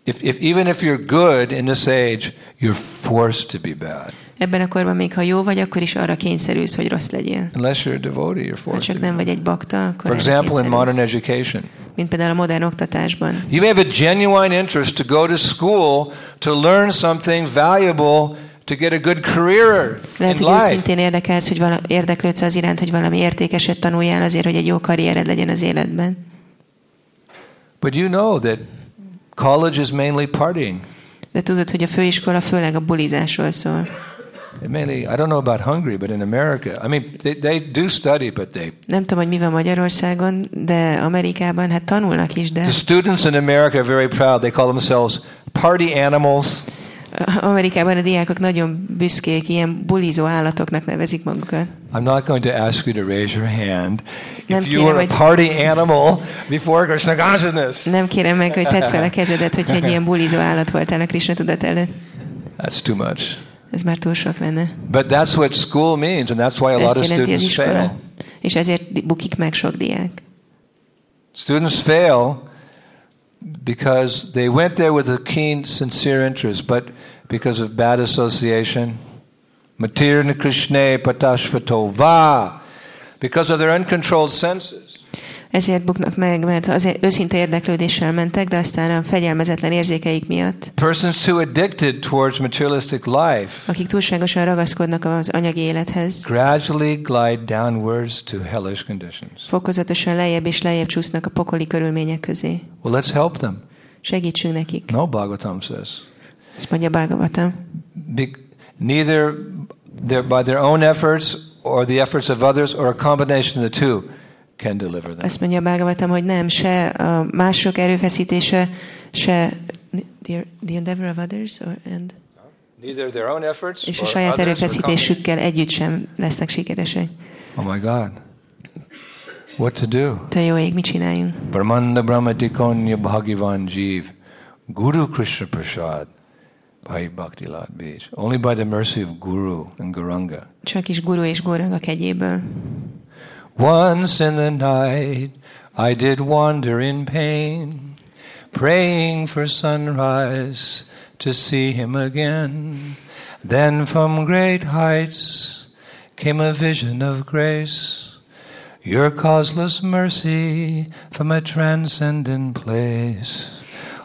Speaker 1: If, if even if you're good in this age, you're forced to be bad.
Speaker 2: Ebben a korban még ha jó vagy, akkor is arra kényszerülsz, hogy rossz legyél.
Speaker 1: Unless you're a devotee, you're
Speaker 2: Ha
Speaker 1: forced.
Speaker 2: csak nem vagy egy bakta, akkor
Speaker 1: For
Speaker 2: erre
Speaker 1: example, in modern
Speaker 2: kényszerülsz.
Speaker 1: education.
Speaker 2: Mint például a modern oktatásban.
Speaker 1: You may have a genuine interest to go to school to learn something valuable to get a good career in
Speaker 2: Lehet, hogy
Speaker 1: life.
Speaker 2: őszintén érdekelsz, hogy vala, érdeklődsz az iránt, hogy valami értékeset tanuljál azért, hogy egy jó karriered legyen az életben.
Speaker 1: But you know that college is mainly partying.
Speaker 2: De tudod, hogy a főiskola főleg a bulizásról szól.
Speaker 1: It mainly, I don't know about Hungary, but in America, I mean, they, they do study, but they
Speaker 2: Nem tudom, hogy mi van Magyarországon, de Amerikában hát tanulnak is, de
Speaker 1: the students in America are very proud. They call themselves party animals.
Speaker 2: Amerikában a diákok nagyon büszkék, ilyen bulizó állatoknak nevezik magukat.
Speaker 1: I'm not going to ask you to raise your hand if
Speaker 2: Nem
Speaker 1: you
Speaker 2: kéne,
Speaker 1: were a
Speaker 2: hogy-
Speaker 1: party animal before Krishna consciousness.
Speaker 2: Nem kérem meg, hogy tedd fel a kezedet, hogyha egy ilyen bulizó állat voltál a Krishna tudat előtt.
Speaker 1: That's too much.
Speaker 2: Ez már túl sok lenne.
Speaker 1: But that's what school means, and that's why a lot
Speaker 2: Ezt
Speaker 1: of
Speaker 2: jelenti
Speaker 1: students
Speaker 2: az iskola.
Speaker 1: fail.
Speaker 2: És ezért di- bukik meg sok diák.
Speaker 1: Students fail because they went there with a keen, sincere interest, but because of bad association, Matirna Krishna Patashvatova, because of their uncontrolled senses,
Speaker 2: Ezért buknak meg, mert azért őszinte érdeklődéssel mentek, de aztán a fegyelmezetlen érzékeik miatt,
Speaker 1: persons too addicted towards materialistic life
Speaker 2: akik túlságosan ragaszkodnak az anyagi élethez,
Speaker 1: gradually glide downwards to hellish conditions.
Speaker 2: fokozatosan lejjebb és lejjebb csúsznak a pokoli körülmények közé.
Speaker 1: Well, let's help them.
Speaker 2: Segítsünk nekik.
Speaker 1: No, Bhagavatam says.
Speaker 2: Ezt mondja Bhagavatam.
Speaker 1: Be- neither their, by their own efforts or the efforts of others or a combination of the two can deliver them.
Speaker 2: Azt mondja Bhagavatam, hogy nem, se a mások erőfeszítése, se the, the endeavor of others, or, and,
Speaker 1: Neither their own efforts
Speaker 2: és
Speaker 1: or
Speaker 2: a saját
Speaker 1: Szóval others or combination.
Speaker 2: erőfeszítésükkel együtt sem lesznek sikeresek.
Speaker 1: Oh my God. What to do?
Speaker 2: Te jó ég, mit csináljunk?
Speaker 1: Brahmanda Brahmatikonya Bhagavan Jeev Guru Krishna Prasad Bhai Bhakti Lat Beach. Only by the mercy of Guru and Guranga.
Speaker 2: Csak is guru és górang a kegyéből.
Speaker 1: Once in the night I did wander in pain, praying for sunrise to see him again. Then from great heights came a vision of grace, your causeless mercy from a transcendent place.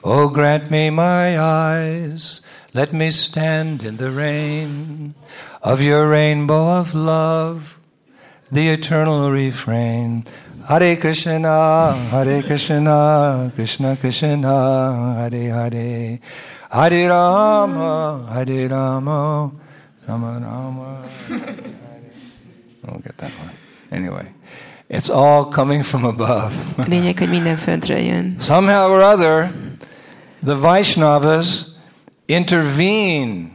Speaker 1: Oh, grant me my eyes, let me stand in the rain of your rainbow of love the eternal refrain. Hare Krishna, Hare Krishna, Krishna Krishna, Hare Hare, Hare Rama, Hare Rama, Rama Rama. Hare Hare. I don't get that one. Anyway, it's all coming from above.
Speaker 2: Lényeg, hogy minden föntről jön.
Speaker 1: Somehow or other, the Vaishnavas intervene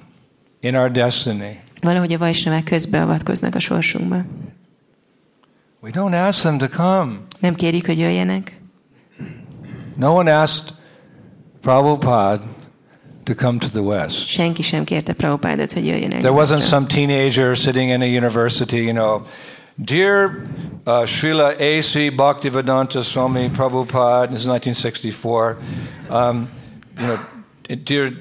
Speaker 1: in our destiny.
Speaker 2: Valahogy a vajsnavák közbeavatkoznak a sorsunkba.
Speaker 1: We don't ask them to come.
Speaker 2: Nem kérjük, hogy jöjjenek.
Speaker 1: No one asked Prabhupada to come to the West.
Speaker 2: Senki sem kérte Prabhupádot, hogy jöjjön el.
Speaker 1: There wasn't some teenager sitting in a university, you know, Dear uh, Srila A.C. Bhaktivedanta Swami Prabhupada, this is 1964, um, you know, dear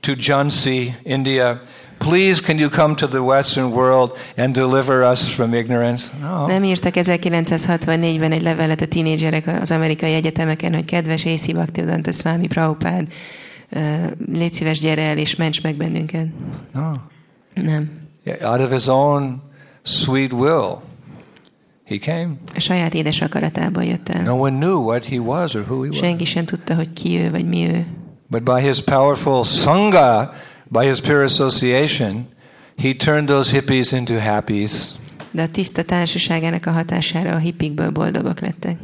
Speaker 1: to Jhansi, India, please can you come to the Western world and deliver us from ignorance? No.
Speaker 2: Nem írtak 1964-ben egy levelet a tínédzserek az amerikai egyetemeken, hogy kedves Észi Bhaktivedanta Swami Prabhupád, ö, légy szíves, gyere el és ments meg bennünket.
Speaker 1: No.
Speaker 2: Nem.
Speaker 1: Yeah, out of his own sweet will, he came.
Speaker 2: A saját édes akaratából jött el.
Speaker 1: No one knew what he was or who he was.
Speaker 2: Senki sem tudta, hogy ki ő, vagy mi ő.
Speaker 1: But by his powerful sangha, by his pure association, he turned those hippies into happies.
Speaker 2: De a tiszta társaságának a hatására a hippikből boldogok lettek.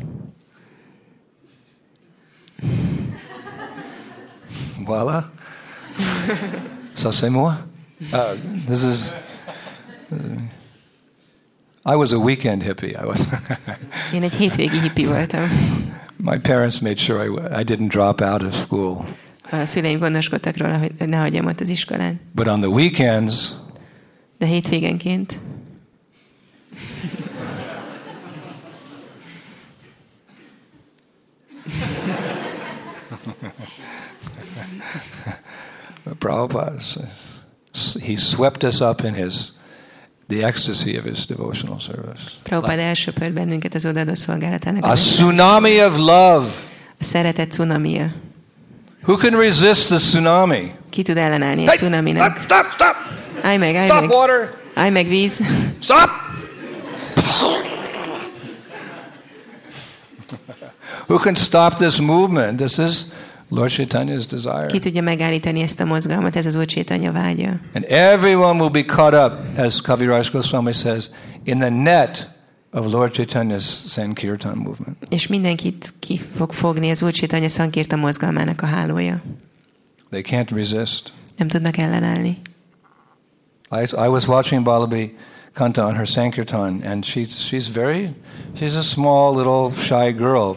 Speaker 1: Voila. Ça c'est moi. Uh, this is. uh, I was a weekend hippie. I was.
Speaker 2: Én egy hétvégi hippi voltam.
Speaker 1: My parents made sure I, w- I didn't drop out of school.
Speaker 2: A szüleim gondoskodtak róla, hogy ne hagyjam ott az iskolán.
Speaker 1: But on the weekends,
Speaker 2: De hétvégenként
Speaker 1: Prabhupada, s- he swept us up in his, the ecstasy of his devotional service.
Speaker 2: Prabhupád elsöpört bennünket az odaadó szolgálatának.
Speaker 1: A
Speaker 2: Az
Speaker 1: tsunami of love.
Speaker 2: a szeretet cunamia.
Speaker 1: Who can resist the tsunami?
Speaker 2: Ki tud ellenállni egy
Speaker 1: Hey,
Speaker 2: cunaminak?
Speaker 1: stop, stop, stop,
Speaker 2: Állj meg, állj
Speaker 1: stop,
Speaker 2: meg,
Speaker 1: water,
Speaker 2: állj meg víz.
Speaker 1: stop. Who can stop this movement? This is Lord Chaitanya's desire.
Speaker 2: Ki tudja megállítani ezt a mozgalmat, ez az Úr Csétanya vágya.
Speaker 1: And everyone will be caught up, as Kaviraj Goswami says, in the net of Lord Chaitanya's Sankirtan movement.
Speaker 2: És mindenkit ki fog fogni az Úr Csétanya szankírta mozgalmának a hálója.
Speaker 1: They can't resist.
Speaker 2: Nem tudnak ellenállni.
Speaker 1: I, I was watching Balabi Kanta on her Sankirtan, and she, she's very, she's a small little shy girl.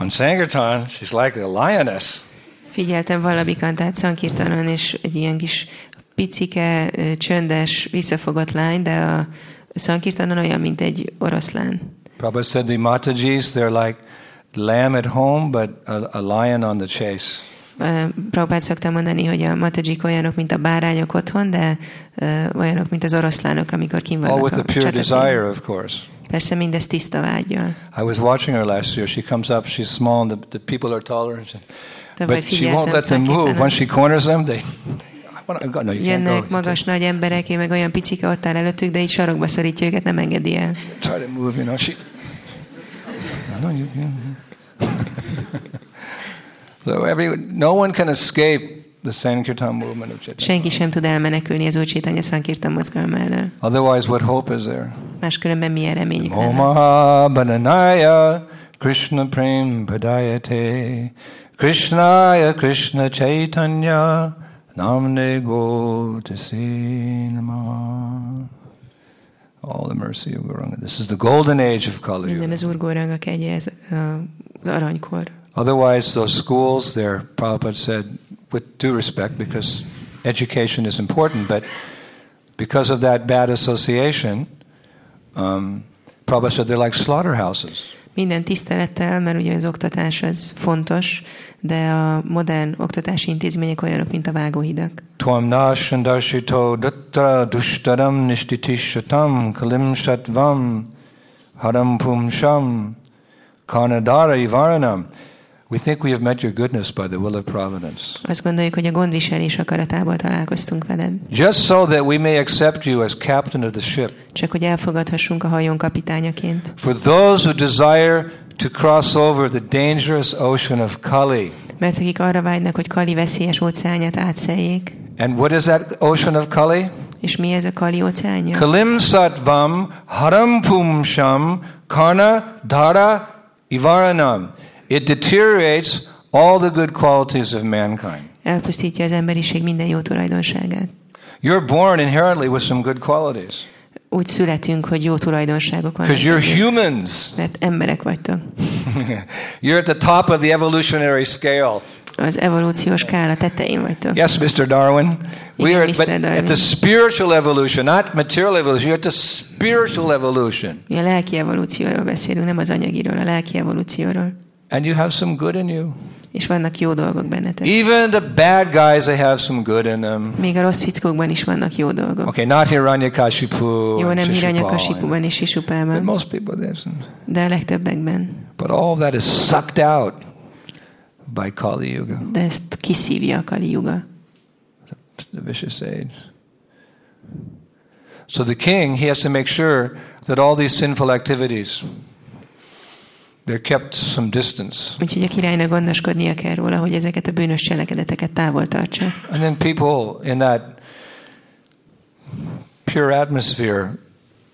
Speaker 1: On Sankirtan, she's like a lioness.
Speaker 2: Figyeltem valami kantát szankírtanon, és egy ilyen kis picike, ö, csöndes, visszafogott lány, de a Sankirtanon olyan, mint egy oroszlán.
Speaker 1: Prabhupada said the Matajis, they're like lamb at home, but a, a lion on the chase.
Speaker 2: Ö, Prabhupád szokta mondani, hogy a matajik olyanok, mint a bárányok otthon, de ö, olyanok, mint az oroszlánok, amikor kim
Speaker 1: All
Speaker 2: vannak
Speaker 1: Oh, with
Speaker 2: a
Speaker 1: the pure
Speaker 2: csatatérben.
Speaker 1: desire, of course.
Speaker 2: Persze mindez tiszta vágyjal.
Speaker 1: I was watching her last year. She comes up, she's small, and the, the people are taller. and she-
Speaker 2: Tavaly
Speaker 1: But she won't
Speaker 2: figyeltem
Speaker 1: let them move.
Speaker 2: szakítanak.
Speaker 1: Once she corners them, they. I want to go. No, you
Speaker 2: Jönnek
Speaker 1: can't go.
Speaker 2: magas nagy emberek, én meg olyan picike ott áll előttük, de így sarokba szorítja őket, nem engedi el.
Speaker 1: Try to move, you know. She. I know you. you- so every no one can escape the Sankirtan movement of Chaitanya.
Speaker 2: Senki sem tud elmenekülni az új csétanya szankírtan mozgalma elől.
Speaker 1: Otherwise, what hope is there?
Speaker 2: Máskülönben milyen reményük lenne?
Speaker 1: Moma Bananaya Krishna Prem Padayate Krishnaya Krishna Chaitanya Namne Gotasi Namah. All the mercy of Gauranga. This is the golden age of Kali
Speaker 2: Minden
Speaker 1: Yuga.
Speaker 2: az úrgóranga kegye, ez ö, az aranykor.
Speaker 1: Otherwise, those schools there, Prabhupada said, with due respect, because education is important, but because of that bad association, um, Prabhupada said they're like slaughterhouses.
Speaker 2: Minden tisztelettel, mert ugye az oktatás az fontos, de a modern oktatási intézmények olyanok, mint a vágóhidak.
Speaker 1: Tvam nashandarshito dutra dushtaram nishtitishatam kalim shatvam haram pumsham kanadara ivaranam. We think we have met your goodness by the will of providence.
Speaker 2: Azt gondoljuk, hogy a gondviselés akaratából találkoztunk veled.
Speaker 1: Just so that we may accept you as captain of the ship.
Speaker 2: Csak hogy elfogadhassunk a hajón kapitányaként.
Speaker 1: For those who desire to cross over the dangerous ocean of Kali.
Speaker 2: Mert akik arra vágynak, hogy Kali veszélyes óceánját átszeljék.
Speaker 1: And what is that ocean of Kali?
Speaker 2: És mi ez a Kali óceánja?
Speaker 1: Kalim Satvam Haram Pumsham Karna Dhara Ivaranam. It deteriorates all the good qualities of mankind.
Speaker 2: Elpusztítja az emberiség minden jó tulajdonságát.
Speaker 1: You're born inherently with some good qualities
Speaker 2: Úgy születünk, hogy jó tulajdonságok vannak.
Speaker 1: because you're humans.
Speaker 2: Mert emberek vagytok.
Speaker 1: you're at the top of the evolutionary scale.
Speaker 2: Az evolúciós skála tetején vagytok.
Speaker 1: Yes, Mr. Darwin. We
Speaker 2: Yeah,
Speaker 1: are at-
Speaker 2: Mr.
Speaker 1: but at the
Speaker 2: Darwin.
Speaker 1: spiritual evolution, not material evolution. You're at the spiritual evolution.
Speaker 2: Mi a lelki evolúcióról beszélünk, nem az anyagiról, a lelki evolúcióról.
Speaker 1: And you have some good in you.
Speaker 2: És vannak jó dolgok bennetek.
Speaker 1: Even the bad guys, they have some good in them.
Speaker 2: Még a rossz fickókban is vannak jó dolgok.
Speaker 1: Okay, not Hiranyakashipu.
Speaker 2: Jó,
Speaker 1: and
Speaker 2: nem
Speaker 1: Shishupal,
Speaker 2: Hiranyakasipuban és
Speaker 1: But
Speaker 2: Sisupában,
Speaker 1: most people there's
Speaker 2: de a legtöbbekben.
Speaker 1: but all that is sucked out by Kali Yuga,
Speaker 2: De ezt kiszívja a Kali Yuga.
Speaker 1: the vicious age. So the king, he has to make sure that all these sinful activities they're kept some distance.
Speaker 2: Úgyhogy a királynak gondoskodnia kell róla, hogy ezeket a bűnös cselekedeteket távol tartsa.
Speaker 1: And then people in that pure atmosphere,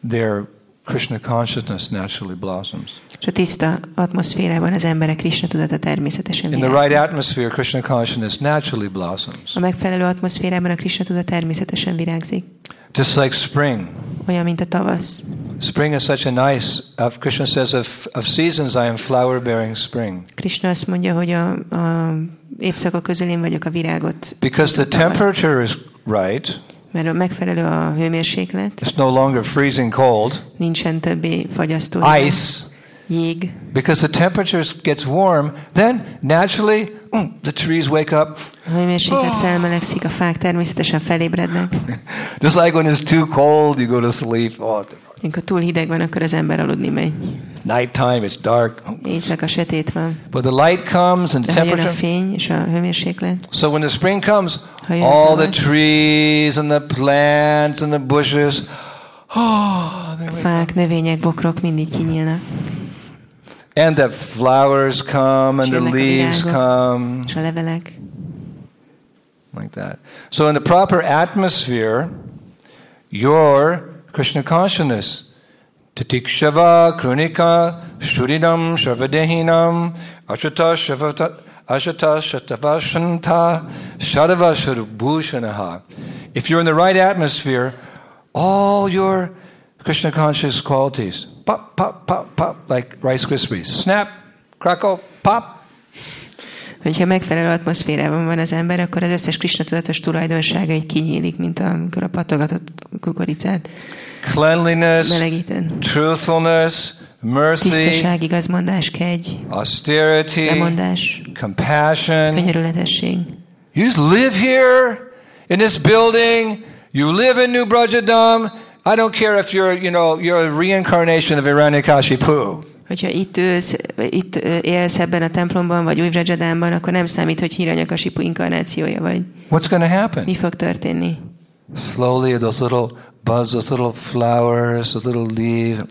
Speaker 1: their Krishna consciousness naturally blossoms.
Speaker 2: És a tiszta atmoszférában az emberek Krishna tudata természetesen
Speaker 1: In the right
Speaker 2: virágzik.
Speaker 1: atmosphere, Krishna consciousness naturally blossoms.
Speaker 2: A megfelelő atmoszférában a Krishna tudat természetesen virágzik.
Speaker 1: Just like spring.
Speaker 2: Olyan, mint a tavasz.
Speaker 1: Spring is such a nice, uh, Krishna says, of, of seasons I am flower bearing spring.
Speaker 2: Krishna azt mondja, hogy a, a évszakok közül én vagyok a virágot,
Speaker 1: Because the temperature is right,
Speaker 2: mert a megfelelő a hőmérséklet,
Speaker 1: it's no longer freezing cold,
Speaker 2: nincsen többé fagyasztó
Speaker 1: ice.
Speaker 2: jég.
Speaker 1: Because the temperature gets warm, then naturally mm, the trees wake up.
Speaker 2: A hőmérséklet felmelegszik, a fák természetesen felébrednek.
Speaker 1: Just like when it's too cold, you go to sleep. Oh,
Speaker 2: Amikor túl hideg van, akkor az ember aludni megy.
Speaker 1: nighttime, it's dark.
Speaker 2: Éjszaka sötét van.
Speaker 1: But the light comes and the
Speaker 2: De ha jön a
Speaker 1: temperature.
Speaker 2: fény és a hőmérséklet,
Speaker 1: So when the spring comes,
Speaker 2: Oh, yeah,
Speaker 1: all the
Speaker 2: that's-
Speaker 1: trees and the plants and the bushes, oh, they
Speaker 2: a
Speaker 1: wake-
Speaker 2: fák, növények, bokrok mind így kinyílnak.
Speaker 1: and the flowers come and the
Speaker 2: Jönnek a
Speaker 1: leaves
Speaker 2: virágok.
Speaker 1: come,
Speaker 2: És a levelek.
Speaker 1: like that. So in the proper atmosphere, your Krishna consciousness, Tatikshava, Krunika, Shuridam, Sharvadehinam, Ashata, Shavata, Ashata, Shatavashanta, Shadava, Sharubhushanaha. If you're in the right atmosphere, all your Krishna conscious qualities, pop, pop, pop, pop, like Rice Krispies, snap, crackle, pop,
Speaker 2: Hogyha megfelelő atmoszférában van az ember, akkor az összes Krishna tudatos tulajdonsága így kinyílik, mint amikor a patogatott kukoricát
Speaker 1: cleanliness,
Speaker 2: melegíten.
Speaker 1: truthfulness, mercy,
Speaker 2: tisztaság, igazmondás, kegy,
Speaker 1: austerity,
Speaker 2: lemondás,
Speaker 1: compassion.
Speaker 2: könyörületesség.
Speaker 1: You just live here in this building. You live in New Brajadam. I don't care if you're, you know, you're a reincarnation of Hiranyakashipu.
Speaker 2: Hogyha itt, ősz, itt ö, élsz ebben a templomban, vagy új Vrajadámban, akkor nem számít, hogy híranyakasipu inkarnációja vagy.
Speaker 1: What's going to
Speaker 2: Mi
Speaker 1: happen?
Speaker 2: fog történni?
Speaker 1: Slowly, those little buds, those little flowers, those little leaves.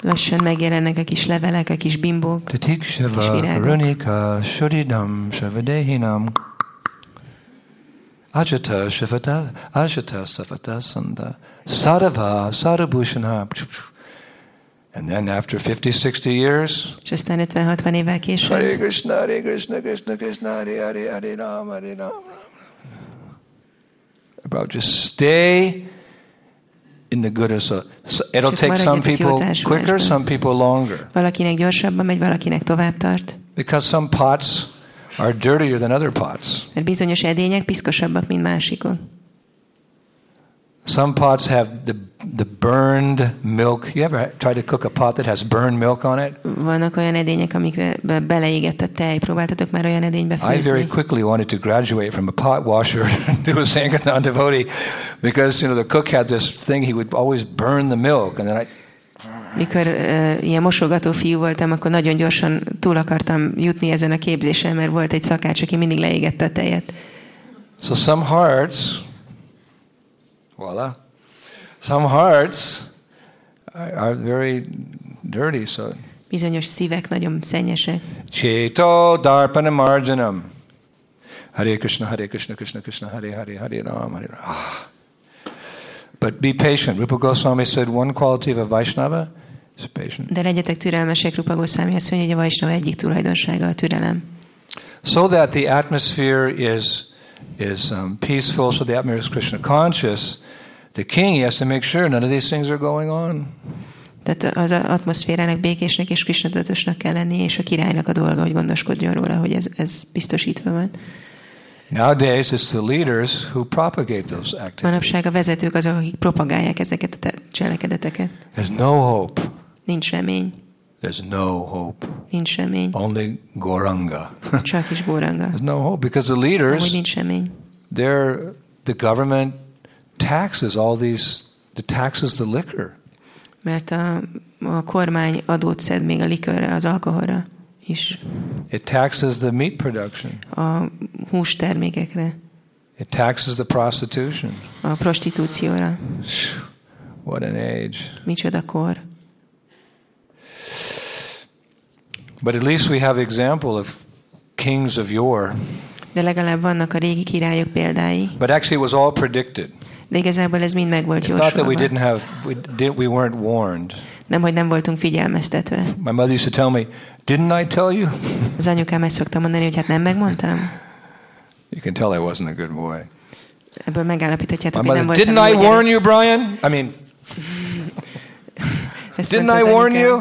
Speaker 2: Lassan megjelennek a kis levelek, a kis bimbók.
Speaker 1: Tatik Shiva
Speaker 2: Kis virágok.
Speaker 1: Verunika Shuridam Shivadehinam Ajata Shivata Ajata Savata Sanda Sadhava Sadhubhushana And then after 50, 60 years,
Speaker 2: És aztán 50-60 évvel később
Speaker 1: Hare Krishna, Hare Krishna, Krishna Krishna, Hare Hare, Hare Ram, Hare Ram, Ram, Ram. About just stay in the good. So, so it'll
Speaker 2: Csak
Speaker 1: take some
Speaker 2: maradjatok jó
Speaker 1: people quicker,
Speaker 2: társulásban.
Speaker 1: some people longer.
Speaker 2: valakinek gyorsabban megy, valakinek tovább tart.
Speaker 1: Because some pots are dirtier than other pots.
Speaker 2: Mert bizonyos edények piszkosabbak, mint másikok.
Speaker 1: Some pots have the, the burned milk. You ever try to cook a pot that has burned milk on it?
Speaker 2: Vannak olyan edények, amikre be- beleégett a tej. Próbáltatok már olyan edénybe
Speaker 1: I very
Speaker 2: főzni?
Speaker 1: quickly wanted to graduate from a pot washer to a Sankirtan devotee because, you know, the cook had this thing, he would always burn the milk. And then I,
Speaker 2: Mikor uh, ilyen mosogató fiú voltam, akkor nagyon gyorsan túl akartam jutni ezen a képzésen, mert volt egy szakács, aki mindig leégette a tejet.
Speaker 1: so some hearts, voila, some hearts are, are very dirty. So,
Speaker 2: Bizonyos szívek nagyon szennyesek.
Speaker 1: Cheto Darpana Marjanam. Hare Krishna, Hare Krishna, Krishna Krishna, Hare Hare, Hare Ram, Hare Ram. Ah. But be patient. Rupa Goswami said one quality of a Vaishnava is patient.
Speaker 2: De legyetek türelmesek, Rupa Goszvámi azt mondja, hogy a Vaisnava egyik tulajdonsága a türelem.
Speaker 1: So that the atmosphere is, is um, peaceful, so the atmosphere is Krishna conscious, the king he has to make sure none of these things are going on.
Speaker 2: Tehát az a- atmoszférának békésnek és krisnadatosnak kell lenni, és a királynak a dolga, hogy gondoskodjon róla, hogy ez, ez biztosítva van.
Speaker 1: Nowadays, it's the leaders who propagate those activities.
Speaker 2: Manapság a vezetők azok, akik propagálják ezeket a te- cselekedeteket.
Speaker 1: There's no hope.
Speaker 2: Nincs remény.
Speaker 1: There's no hope.
Speaker 2: Nincs remény.
Speaker 1: Only Goranga.
Speaker 2: Csak is góranga.
Speaker 1: There's no hope because the
Speaker 2: Amúgy
Speaker 1: leaders,
Speaker 2: nincs remény.
Speaker 1: they're, the government taxes all these, it taxes the liquor.
Speaker 2: Mert a, a kormány adót szed még a likörre, az alkoholra is,
Speaker 1: It taxes the meat production.
Speaker 2: a hústermékekre,
Speaker 1: It taxes the prostitution.
Speaker 2: a prostitúcióra.
Speaker 1: Phew, What an age.
Speaker 2: Micsoda kor.
Speaker 1: But at least we have example of kings of yore.
Speaker 2: De legalább vannak a régi királyok példái.
Speaker 1: But actually, it was all predicted.
Speaker 2: De igazából ez mind meg volt
Speaker 1: Not that we didn't
Speaker 2: jósolva.
Speaker 1: have, we, did, we weren't warned.
Speaker 2: Nem, hogy nem voltunk figyelmeztetve.
Speaker 1: My mother used to tell me, Didn't I tell you?
Speaker 2: Az anyukám ezt szokta mondani, hogy hát nem megmondtam.
Speaker 1: You can tell I wasn't a good boy.
Speaker 2: Ebből megállapíthatjátok,
Speaker 1: My
Speaker 2: hogy nem
Speaker 1: mother,
Speaker 2: voltam.
Speaker 1: Didn't I
Speaker 2: jó gyerek.
Speaker 1: warn you, Brian? I mean,
Speaker 2: Ezt
Speaker 1: Didn't
Speaker 2: mondta
Speaker 1: I
Speaker 2: az
Speaker 1: warn
Speaker 2: anyukám.
Speaker 1: you?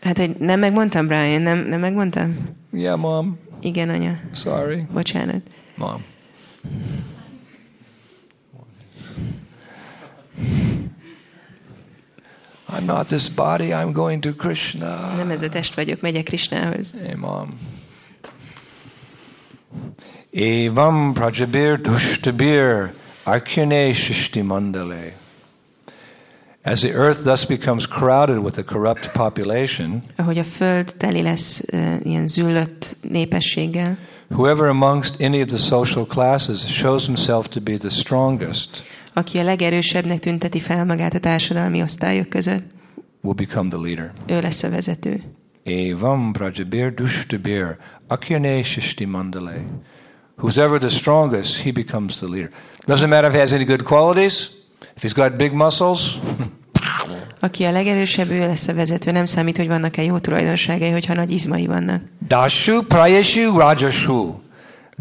Speaker 2: Hát, hogy nem megmondtam, Brian, nem, nem megmondtam?
Speaker 1: Yeah, mom.
Speaker 2: Igen, anya.
Speaker 1: Sorry.
Speaker 2: Bocsánat.
Speaker 1: Mom. I'm not this body, I'm going to Krishna.
Speaker 2: Nem ez a test vagyok, megyek Krisnához.
Speaker 1: Hey, mom. Evam prajabir dushtabir arkyane shishti mandale. As the earth thus becomes crowded with a corrupt population,
Speaker 2: Ahogy a föld teli lesz ö, ilyen züllött népességgel,
Speaker 1: whoever amongst any of the social classes shows himself to be the strongest
Speaker 2: aki a legerősebbnek tünteti fel magát a társadalmi osztályok között,
Speaker 1: will become the leader.
Speaker 2: ő lesz a vezető.
Speaker 1: Evam prajabir dushtabir akyane shishti mandale. Who's ever the strongest, he becomes the leader. Doesn't matter if he has any good qualities, if he's got big muscles,
Speaker 2: Aki a legerősebb, ő lesz a vezető. Nem számít, hogy vannak-e jó tulajdonságai, hogyha nagy izmai vannak.
Speaker 1: dashu, prayashu, rajashu.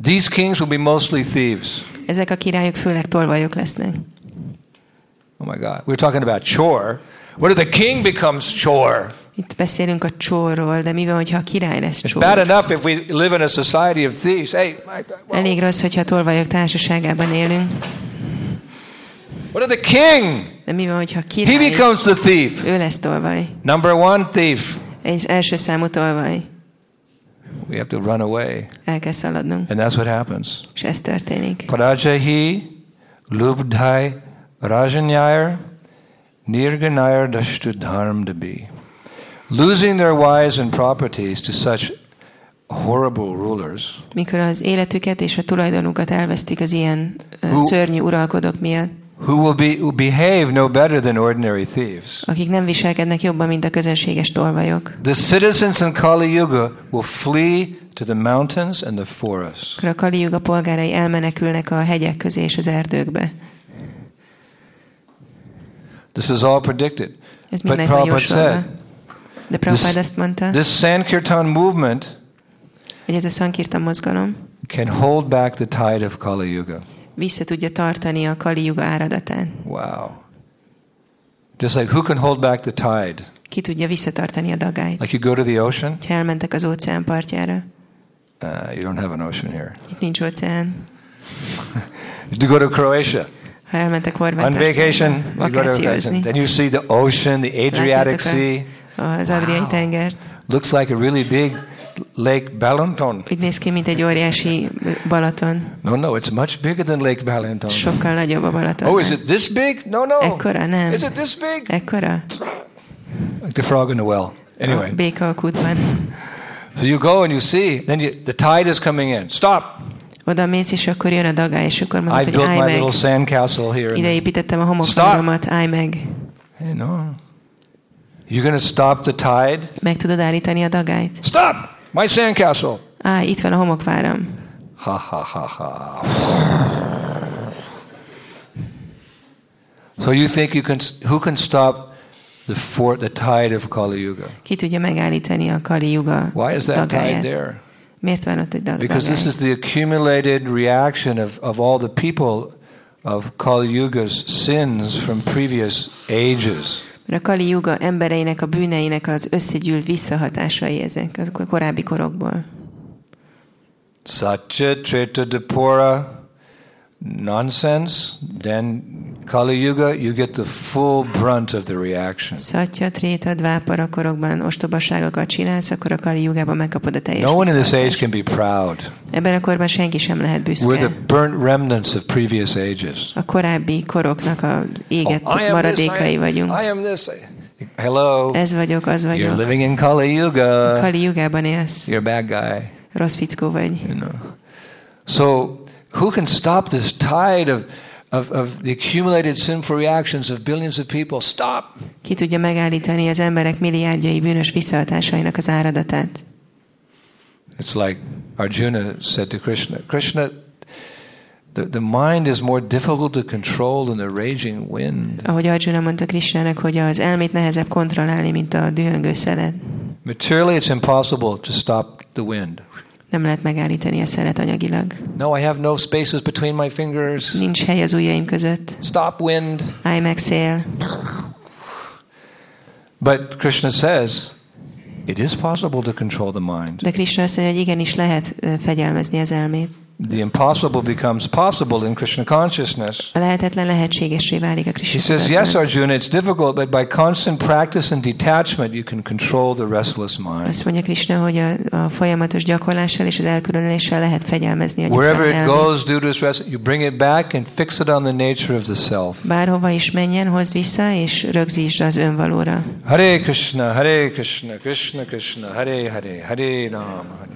Speaker 1: These kings will be mostly thieves.
Speaker 2: Ezek a királyok főleg tolvajok lesznek.
Speaker 1: Oh my God. We're talking about chore. What if the king becomes chore?
Speaker 2: Itt beszélünk a csóról, de mi van, hogyha a király lesz
Speaker 1: It's bad
Speaker 2: csór?
Speaker 1: enough if we live in a society of thieves. Hey, my God, well,
Speaker 2: Elég rossz, hogyha a tolvajok társaságában élünk.
Speaker 1: what if the king
Speaker 2: De mi van, hogyha
Speaker 1: He
Speaker 2: király,
Speaker 1: becomes the thief.
Speaker 2: ő lesz tolvaj.
Speaker 1: Number one thief.
Speaker 2: Egy első számú tolvaj.
Speaker 1: We have to run away.
Speaker 2: El kell szaladnunk.
Speaker 1: And that's what happens.
Speaker 2: És ez történik.
Speaker 1: Parajahi lubdhai rajanyayar nirganayar dashtudharmdabi. Losing their wives and properties to such horrible rulers
Speaker 2: Mikor az életüket és a tulajdonukat elvesztik az ilyen ö,
Speaker 1: Who-
Speaker 2: szörnyű uralkodók miatt,
Speaker 1: who will be who behave no better than ordinary thieves.
Speaker 2: akik nem viselkednek jobban, mint a közönséges tolvajok.
Speaker 1: The citizens in Kali Yuga will flee to the mountains and the forests.
Speaker 2: Akkor a Kali Yuga polgárai elmenekülnek a hegyek közé és az erdőkbe.
Speaker 1: This is all predicted.
Speaker 2: Ez mind
Speaker 1: But
Speaker 2: meg van
Speaker 1: Prabhupada
Speaker 2: jósolva.
Speaker 1: said,
Speaker 2: De Prabhupada
Speaker 1: this-
Speaker 2: azt mondta,
Speaker 1: this Sankirtan movement
Speaker 2: hogy ez a Sankirtan mozgalom
Speaker 1: can hold back the tide of Kali Yuga.
Speaker 2: vissza tudja tartani a Kali Yuga áradatát.
Speaker 1: Wow. Just like who can hold back the tide?
Speaker 2: Ki tudja visszatartani a dagályt.
Speaker 1: Like you go to the ocean,
Speaker 2: Ha elmentek az óceán partjára,
Speaker 1: uh, you don't have an ocean here.
Speaker 2: itt nincs óceán.
Speaker 1: You go to Croatia
Speaker 2: Ha elmentek
Speaker 1: on vacation,
Speaker 2: Horvátországba
Speaker 1: you go to vacation,
Speaker 2: vakációzni,
Speaker 1: and you see the ocean, the Adriatic Sea.
Speaker 2: látjátok a, az Adriai
Speaker 1: Wow.
Speaker 2: tengert.
Speaker 1: Looks like a really big Lake Balanton.
Speaker 2: Úgy néz ki, mint egy óriási Balaton.
Speaker 1: No, no, it's much bigger than Lake Balanton.
Speaker 2: Sokkal nagyobb a Balaton.
Speaker 1: Oh, is it this big? No, no.
Speaker 2: Ekkora? Nem.
Speaker 1: Is it this
Speaker 2: Eh.
Speaker 1: big?
Speaker 2: Ekkora?
Speaker 1: Like the frog in the well.
Speaker 2: A
Speaker 1: Anyway,
Speaker 2: béka a kútban.
Speaker 1: so you go and you see, then you, the tide is coming in. Stop!
Speaker 2: Oda mész, és akkor jön a dagály, és akkor
Speaker 1: I
Speaker 2: mondod, hogy
Speaker 1: built
Speaker 2: állj
Speaker 1: my
Speaker 2: meg.
Speaker 1: little sandcastle here. In
Speaker 2: Ide
Speaker 1: this.
Speaker 2: építettem a homokfalvamat, állj meg.
Speaker 1: Hey, no. You're going to stop the tide?
Speaker 2: Meg tudod állítani a dagályt?
Speaker 1: Stop! My sandcastle!
Speaker 2: Á, itt van a homokváram.
Speaker 1: Ha ha ha ha. So you think you can? Who can stop the for, the tide of Kali Yuga?
Speaker 2: Ki tudja megállítani a Kali Yuga
Speaker 1: Why is that tide
Speaker 2: dagályát?
Speaker 1: there?
Speaker 2: Miért van ott egy dag- dagály?
Speaker 1: Because this is the accumulated reaction of, of all the people of Kali Yuga's sins from previous ages.
Speaker 2: Mert a Kali Yuga embereinek, a bűneinek az összegyűlt visszahatásai ezek, azok a korábbi korokból.
Speaker 1: Satya Tretadapura nonsense, then Kali Yuga, you get the full brunt of the reaction.
Speaker 2: Szatya, tréta, dvápara korokban ostobaságokat csinálsz, akkor a Kali Jugában megkapod a teljes
Speaker 1: No one in this age can be
Speaker 2: visszahatást.
Speaker 1: proud.
Speaker 2: Ebben a korban senki sem lehet
Speaker 1: We're
Speaker 2: büszke.
Speaker 1: the burnt remnants of previous ages.
Speaker 2: A korábbi koroknak az égett
Speaker 1: Oh, I am this, I
Speaker 2: maradékai
Speaker 1: am-
Speaker 2: vagyunk.
Speaker 1: I am this. Hello.
Speaker 2: Ez vagyok, az
Speaker 1: You're
Speaker 2: vagyok.
Speaker 1: living in Kali Yuga.
Speaker 2: Kali Jugában élsz.
Speaker 1: You're a bad guy.
Speaker 2: Rossz fickó vagy.
Speaker 1: You know. So who can stop this tide of, of, of the accumulated sinful reactions of billions of people? Stop.
Speaker 2: Ki tudja megállítani az emberek milliárdjai bűnös visszahatásainak az áradatát?
Speaker 1: It's like Arjuna said to Krishna, Krishna, the, the mind is more difficult to control than the raging wind.
Speaker 2: Ahogy Arjuna mondta Krishnának, hogy az elmét nehezebb kontrollálni, mint a dühöngő szelet.
Speaker 1: Materially, it's impossible to stop the wind.
Speaker 2: Nem lehet megállítani a szelet anyagilag.
Speaker 1: No, I have no spaces between my fingers.
Speaker 2: Nincs hely az ujjaim között.
Speaker 1: Stop wind.
Speaker 2: Állj meg szél.
Speaker 1: But Krishna says, it is possible to control the mind.
Speaker 2: De Krishna azt mondja, hogy igenis lehet ö, fegyelmezni az elmét.
Speaker 1: The impossible becomes possible in Krishna consciousness.
Speaker 2: A lehetetlen lehetségessé válik a
Speaker 1: He
Speaker 2: Krishna.
Speaker 1: says,
Speaker 2: tudatban.
Speaker 1: yes, Arjuna, it's difficult, but by constant practice and detachment, you can control the restless mind.
Speaker 2: Azt mondja Krishna, hogy a, a folyamatos gyakorlással és az elkülönüléssel lehet fegyelmezni a
Speaker 1: Wherever
Speaker 2: nyugtalan
Speaker 1: it
Speaker 2: elmét.
Speaker 1: goes due to its rest, you bring it back and fix it on the nature of the self.
Speaker 2: Bárhova is menjen, hozd vissza, és rögzítsd az önvalóra.
Speaker 1: Hare Krishna, Hare Krishna, Krishna Krishna, Hare Hare, Hare Rama, Hare.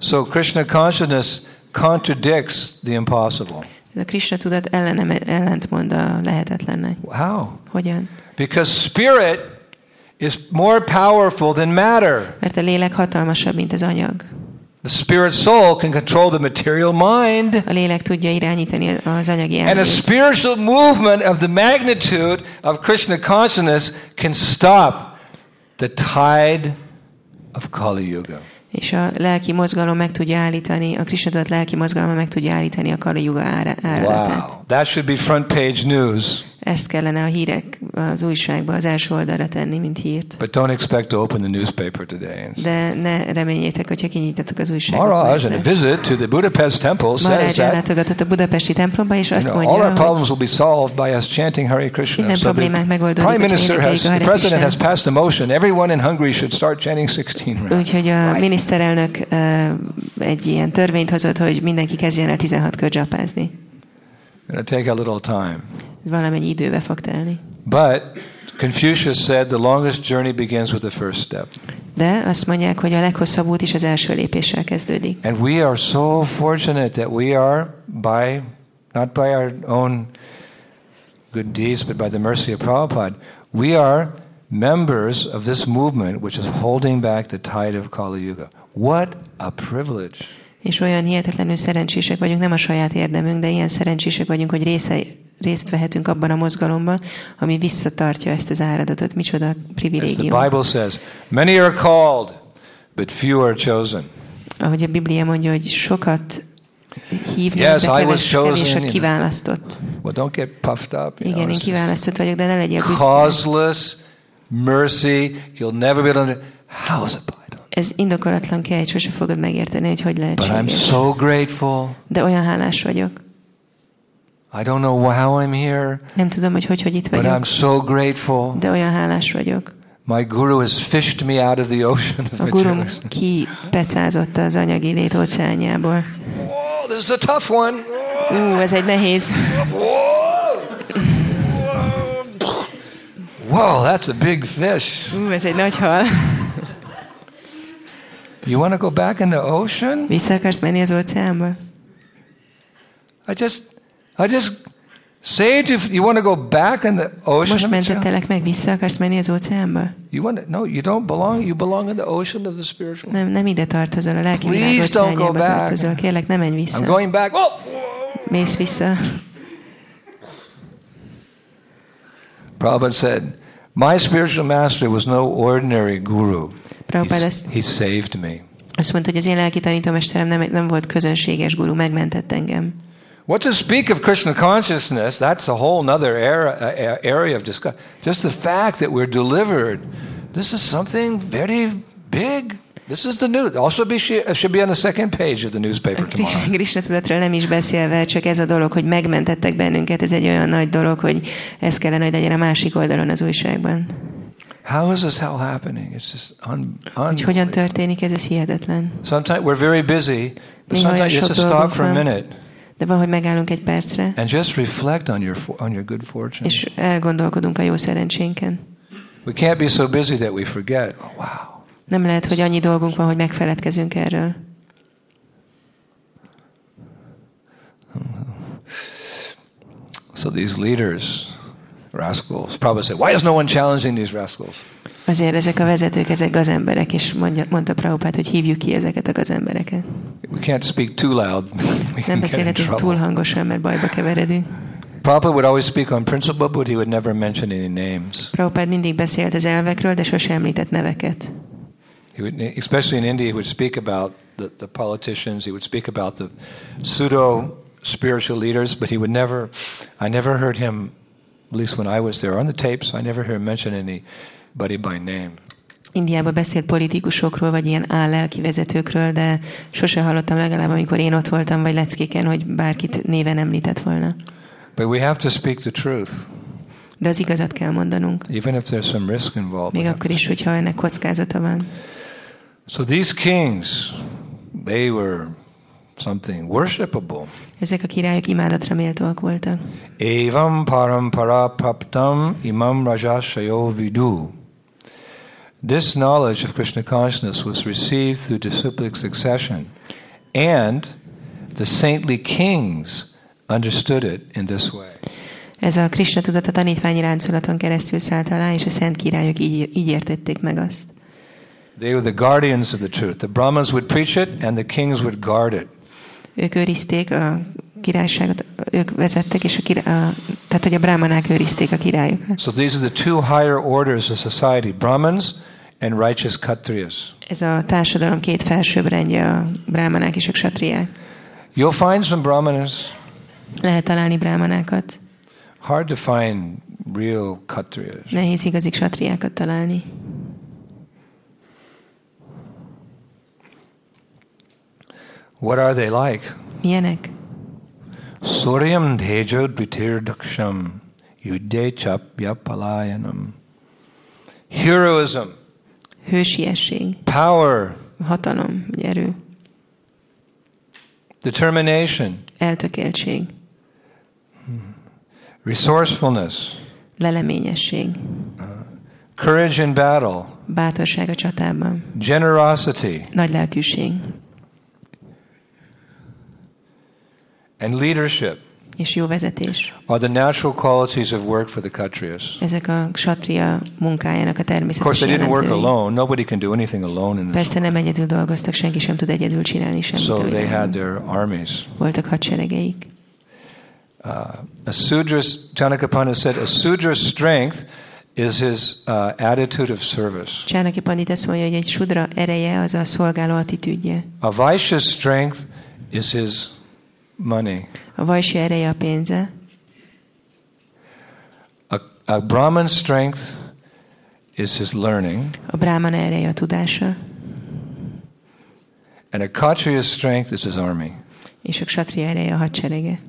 Speaker 1: So Krishna consciousness contradicts the impossible.
Speaker 2: Ez A Krishna tudat ellenem, ellentmond a lehetetlennek.
Speaker 1: How?
Speaker 2: Hogyan?
Speaker 1: Because spirit is more powerful than matter.
Speaker 2: Mert a lélek hatalmasabb, mint az anyag.
Speaker 1: The spirit soul can control the material mind.
Speaker 2: A lélek tudja irányítani az anyagi
Speaker 1: And a
Speaker 2: elmét.
Speaker 1: spiritual movement of the magnitude of Krishna consciousness can stop the tide of Kali Yuga.
Speaker 2: És a lelki mozgalom meg tudja állítani, a Krishna tudat lelki mozgalma meg tudja állítani a Kali Yuga ára, áradatát.
Speaker 1: Wow. That should be front page news.
Speaker 2: Ezt kellene a hírek az újságba az első oldalra tenni, mint hírt.
Speaker 1: But don't expect to open the newspaper today. and say,
Speaker 2: De ne reményétek, hogyha kinyitatok az újságot.
Speaker 1: Maharaj,
Speaker 2: meg
Speaker 1: on a
Speaker 2: lesz.
Speaker 1: visit to the Budapest temple, says
Speaker 2: Maharaj
Speaker 1: that
Speaker 2: ellátogatott a budapesti templomba, és
Speaker 1: you
Speaker 2: azt
Speaker 1: know, all our
Speaker 2: mondja, hogy
Speaker 1: problems will be solved by us chanting Hare Krishna.
Speaker 2: Minden
Speaker 1: So the
Speaker 2: problémák megoldódik,
Speaker 1: Prime
Speaker 2: hogyha
Speaker 1: Minister
Speaker 2: énekeljük
Speaker 1: has,
Speaker 2: a
Speaker 1: the
Speaker 2: Hare
Speaker 1: President has
Speaker 2: Krishnát.
Speaker 1: passed a motion. Everyone in Hungary should start chanting 16 rounds.
Speaker 2: Úgyhogy a miniszterelnök ö, egy ilyen törvényt hozott, hogy mindenki kezdjen el 16 kör japázni.
Speaker 1: It'll take a little time.
Speaker 2: Valamennyi időbe fog telni.
Speaker 1: But Confucius said the longest journey begins with the first step.
Speaker 2: De azt mondják, hogy a leghosszabb út is az első lépéssel kezdődik.
Speaker 1: And we are so fortunate that we are by not by our own good deeds, but by the mercy of Prabhupada, we are members of this movement which is holding back the tide of Kali Yuga. What a privilege.
Speaker 2: És olyan hihetetlenül szerencsések vagyunk, nem a saját érdemünk, de ilyen szerencsések vagyunk, hogy része, részt vehetünk abban a mozgalomban, ami visszatartja ezt az áradatot. Micsoda
Speaker 1: As the
Speaker 2: privilégium.
Speaker 1: Bible says, many are called, but few are chosen.
Speaker 2: Ahogy a Biblia mondja, hogy sokat hívnak,
Speaker 1: Yes,
Speaker 2: de
Speaker 1: I was
Speaker 2: keves, kevés
Speaker 1: chosen,
Speaker 2: a
Speaker 1: you know.
Speaker 2: kiválasztott.
Speaker 1: Well, don't get puffed up. You know,
Speaker 2: Igen, én
Speaker 1: it's this
Speaker 2: kiválasztott vagyok, de ne legyél büszke.
Speaker 1: causeless mercy. You'll never be able to. How is it? I don't know.
Speaker 2: Ez indokolatlan kell, sose fogod megérteni, hogy hogy
Speaker 1: But I'm
Speaker 2: lehetséges.
Speaker 1: so grateful.
Speaker 2: De olyan hálás vagyok.
Speaker 1: I don't know how I'm here,
Speaker 2: Nem tudom, hogy hogy, hogy itt
Speaker 1: but I'm
Speaker 2: vagyok,
Speaker 1: so grateful.
Speaker 2: de olyan hálás vagyok.
Speaker 1: My guru has fished me out of the ocean of
Speaker 2: A gurum
Speaker 1: materialism.
Speaker 2: kipecázotta az anyagi lét óceánjából.
Speaker 1: Whoa, this is a tough one.
Speaker 2: Ú, ez egy nehéz.
Speaker 1: Whoa. Whoa, that's a big fish.
Speaker 2: Ú, ez egy nagy hal.
Speaker 1: You want to go back in the ocean?
Speaker 2: Vissza akarsz menni az óceánba?
Speaker 1: I just, I just saved you. You want to go back in the ocean?
Speaker 2: Most
Speaker 1: of material-
Speaker 2: mentettelek meg, vissza akarsz menni az óceánba?
Speaker 1: You want to, no, you don't belong. You belong in the ocean of the spiritual.
Speaker 2: Nem, nem ide tartozol, a lelki világ
Speaker 1: Please don't go
Speaker 2: óceánjába
Speaker 1: back.
Speaker 2: tartozol. Kérlek, ne menj
Speaker 1: I'm
Speaker 2: vissza.
Speaker 1: going back. Oh!
Speaker 2: Mész vissza.
Speaker 1: Prabhupada said, My spiritual master was no ordinary guru. He,
Speaker 2: Prabhupada
Speaker 1: s-
Speaker 2: azt,
Speaker 1: he saved me.
Speaker 2: azt mondta, hogy az én lelki tanítómesterem nem, nem volt közönséges guru, megmentett engem.
Speaker 1: What to speak of Krishna consciousness, that's a whole nother era, uh, area of discussion. Just the fact that we're delivered, this is something very big. This is the news. Also be, it should be on the second page of the newspaper tomorrow.
Speaker 2: Krishna tudatról nem is beszélve, csak ez a dolog, hogy megmentettek bennünket, ez egy olyan nagy dolog, hogy ez kellene, hogy legyen a másik oldalon az újságban.
Speaker 1: How is this hell happening? It's just un,
Speaker 2: Hogy hogyan
Speaker 1: un
Speaker 2: történik ez, ez hihetetlen.
Speaker 1: Sometimes we're very busy, but
Speaker 2: Néha olyan
Speaker 1: sometimes you have to
Speaker 2: sok
Speaker 1: stop
Speaker 2: dolgunk
Speaker 1: for a
Speaker 2: van.
Speaker 1: minute
Speaker 2: De van, hogy megállunk egy percre,
Speaker 1: and just reflect on your fo- on your good fortune.
Speaker 2: és elgondolkodunk a jó szerencsénken.
Speaker 1: We can't be so busy that we forget. Oh, wow.
Speaker 2: Nem lehet, hogy annyi dolgunk van, hogy megfeledkezünk erről.
Speaker 1: So these leaders, rascals, probably said, why is no one challenging these rascals?
Speaker 2: Azért ezek a vezetők, ezek gazemberek, és mondja, mondta Prabhupát, hogy hívjuk ki ezeket a gazembereket.
Speaker 1: We can't speak too loud. we
Speaker 2: Nem
Speaker 1: can get in
Speaker 2: beszélhetünk túl
Speaker 1: trouble.
Speaker 2: hangosan, mert bajba keveredünk.
Speaker 1: Prabhupada would always speak on principle, but he would never mention any names.
Speaker 2: Prabhupád mindig beszélt az elvekről, de sosem említett neveket.
Speaker 1: He would, especially in India, he would speak about the, the politicians, he would speak about the pseudo spiritual leaders, but he would never, I never heard him, at least when I was there on the tapes, I never heard him mention anybody by name.
Speaker 2: Indiában beszélt politikusokról, vagy ilyen állelki vezetőkről, de sose hallottam legalább, amikor én ott voltam, vagy leckéken, hogy bárkit néven említett volna.
Speaker 1: But we have to speak the truth,
Speaker 2: De az igazat kell mondanunk.
Speaker 1: even if there's some risk involved.
Speaker 2: Még akkor is, hogyha ennek kockázata van.
Speaker 1: So these kings, they were something worshipable.
Speaker 2: Ezek a királyok imádatra méltóak voltak.
Speaker 1: Evam parampara praptam imam rajashayo vidu. This knowledge of Krishna consciousness was received through disciplic succession, and the saintly kings understood it in this way.
Speaker 2: Ez a Krishna tudat a tanítványi ráncolaton keresztül szállt alá, és a szent királyok így, így értették meg azt.
Speaker 1: They were the guardians of the truth. The Brahmins would preach it, and the kings would guard it.
Speaker 2: Ők őrizték a királyságot, ők vezettek, és a, király, a tehát hogy a brámanák őrizték a királyokat.
Speaker 1: So these are the two higher orders of society Brahmins and righteous Kshatriyas.
Speaker 2: Ez a társadalom két felsőbbrendje, a brámanák és a satriák.
Speaker 1: You'll find some Brahmanas
Speaker 2: Lehet találni brámanákat.
Speaker 1: Hard to find real Khatriyas.
Speaker 2: Nehéz igazi satriákat találni.
Speaker 1: What are they like?
Speaker 2: Milyenek?
Speaker 1: Suryam dhejod pitir daksham yudde chapya palayanam. Heroism,
Speaker 2: Hősiesség,
Speaker 1: power,
Speaker 2: hatalom, vagy erő,
Speaker 1: determination,
Speaker 2: eltökéltség,
Speaker 1: resourcefulness,
Speaker 2: leleményesség,
Speaker 1: courage in battle,
Speaker 2: bátorság a csatában,
Speaker 1: generosity,
Speaker 2: nagy lelkűség
Speaker 1: and leadership
Speaker 2: és jó vezetés.
Speaker 1: are the natural qualities of work for the Khatriyas.
Speaker 2: Ezek a satria munkájának a
Speaker 1: Of course,
Speaker 2: természetes
Speaker 1: they didn't work
Speaker 2: jellemzői.
Speaker 1: alone. Nobody can do anything alone in this.
Speaker 2: Persze nem egyedül dolgoztak, senki sem tud egyedül csinálni semmit. a
Speaker 1: So they
Speaker 2: világon.
Speaker 1: had their armies.
Speaker 2: Voltak hadseregeik.
Speaker 1: A Sudra's, Chanakapana said, a Sudra's strength is his uh, attitude of service.
Speaker 2: Csánaki Pandit azt mondja, hogy egy sudra ereje az a szolgáló attitűdje.
Speaker 1: A Vaishya's strength is his money.
Speaker 2: A vajsi ereje a pénze,
Speaker 1: A, a Brahman's strength is his learning.
Speaker 2: a brámana ereje a tudása,
Speaker 1: And a Kshatriya's strength is his army.
Speaker 2: és a ksatria ereje a hadserege.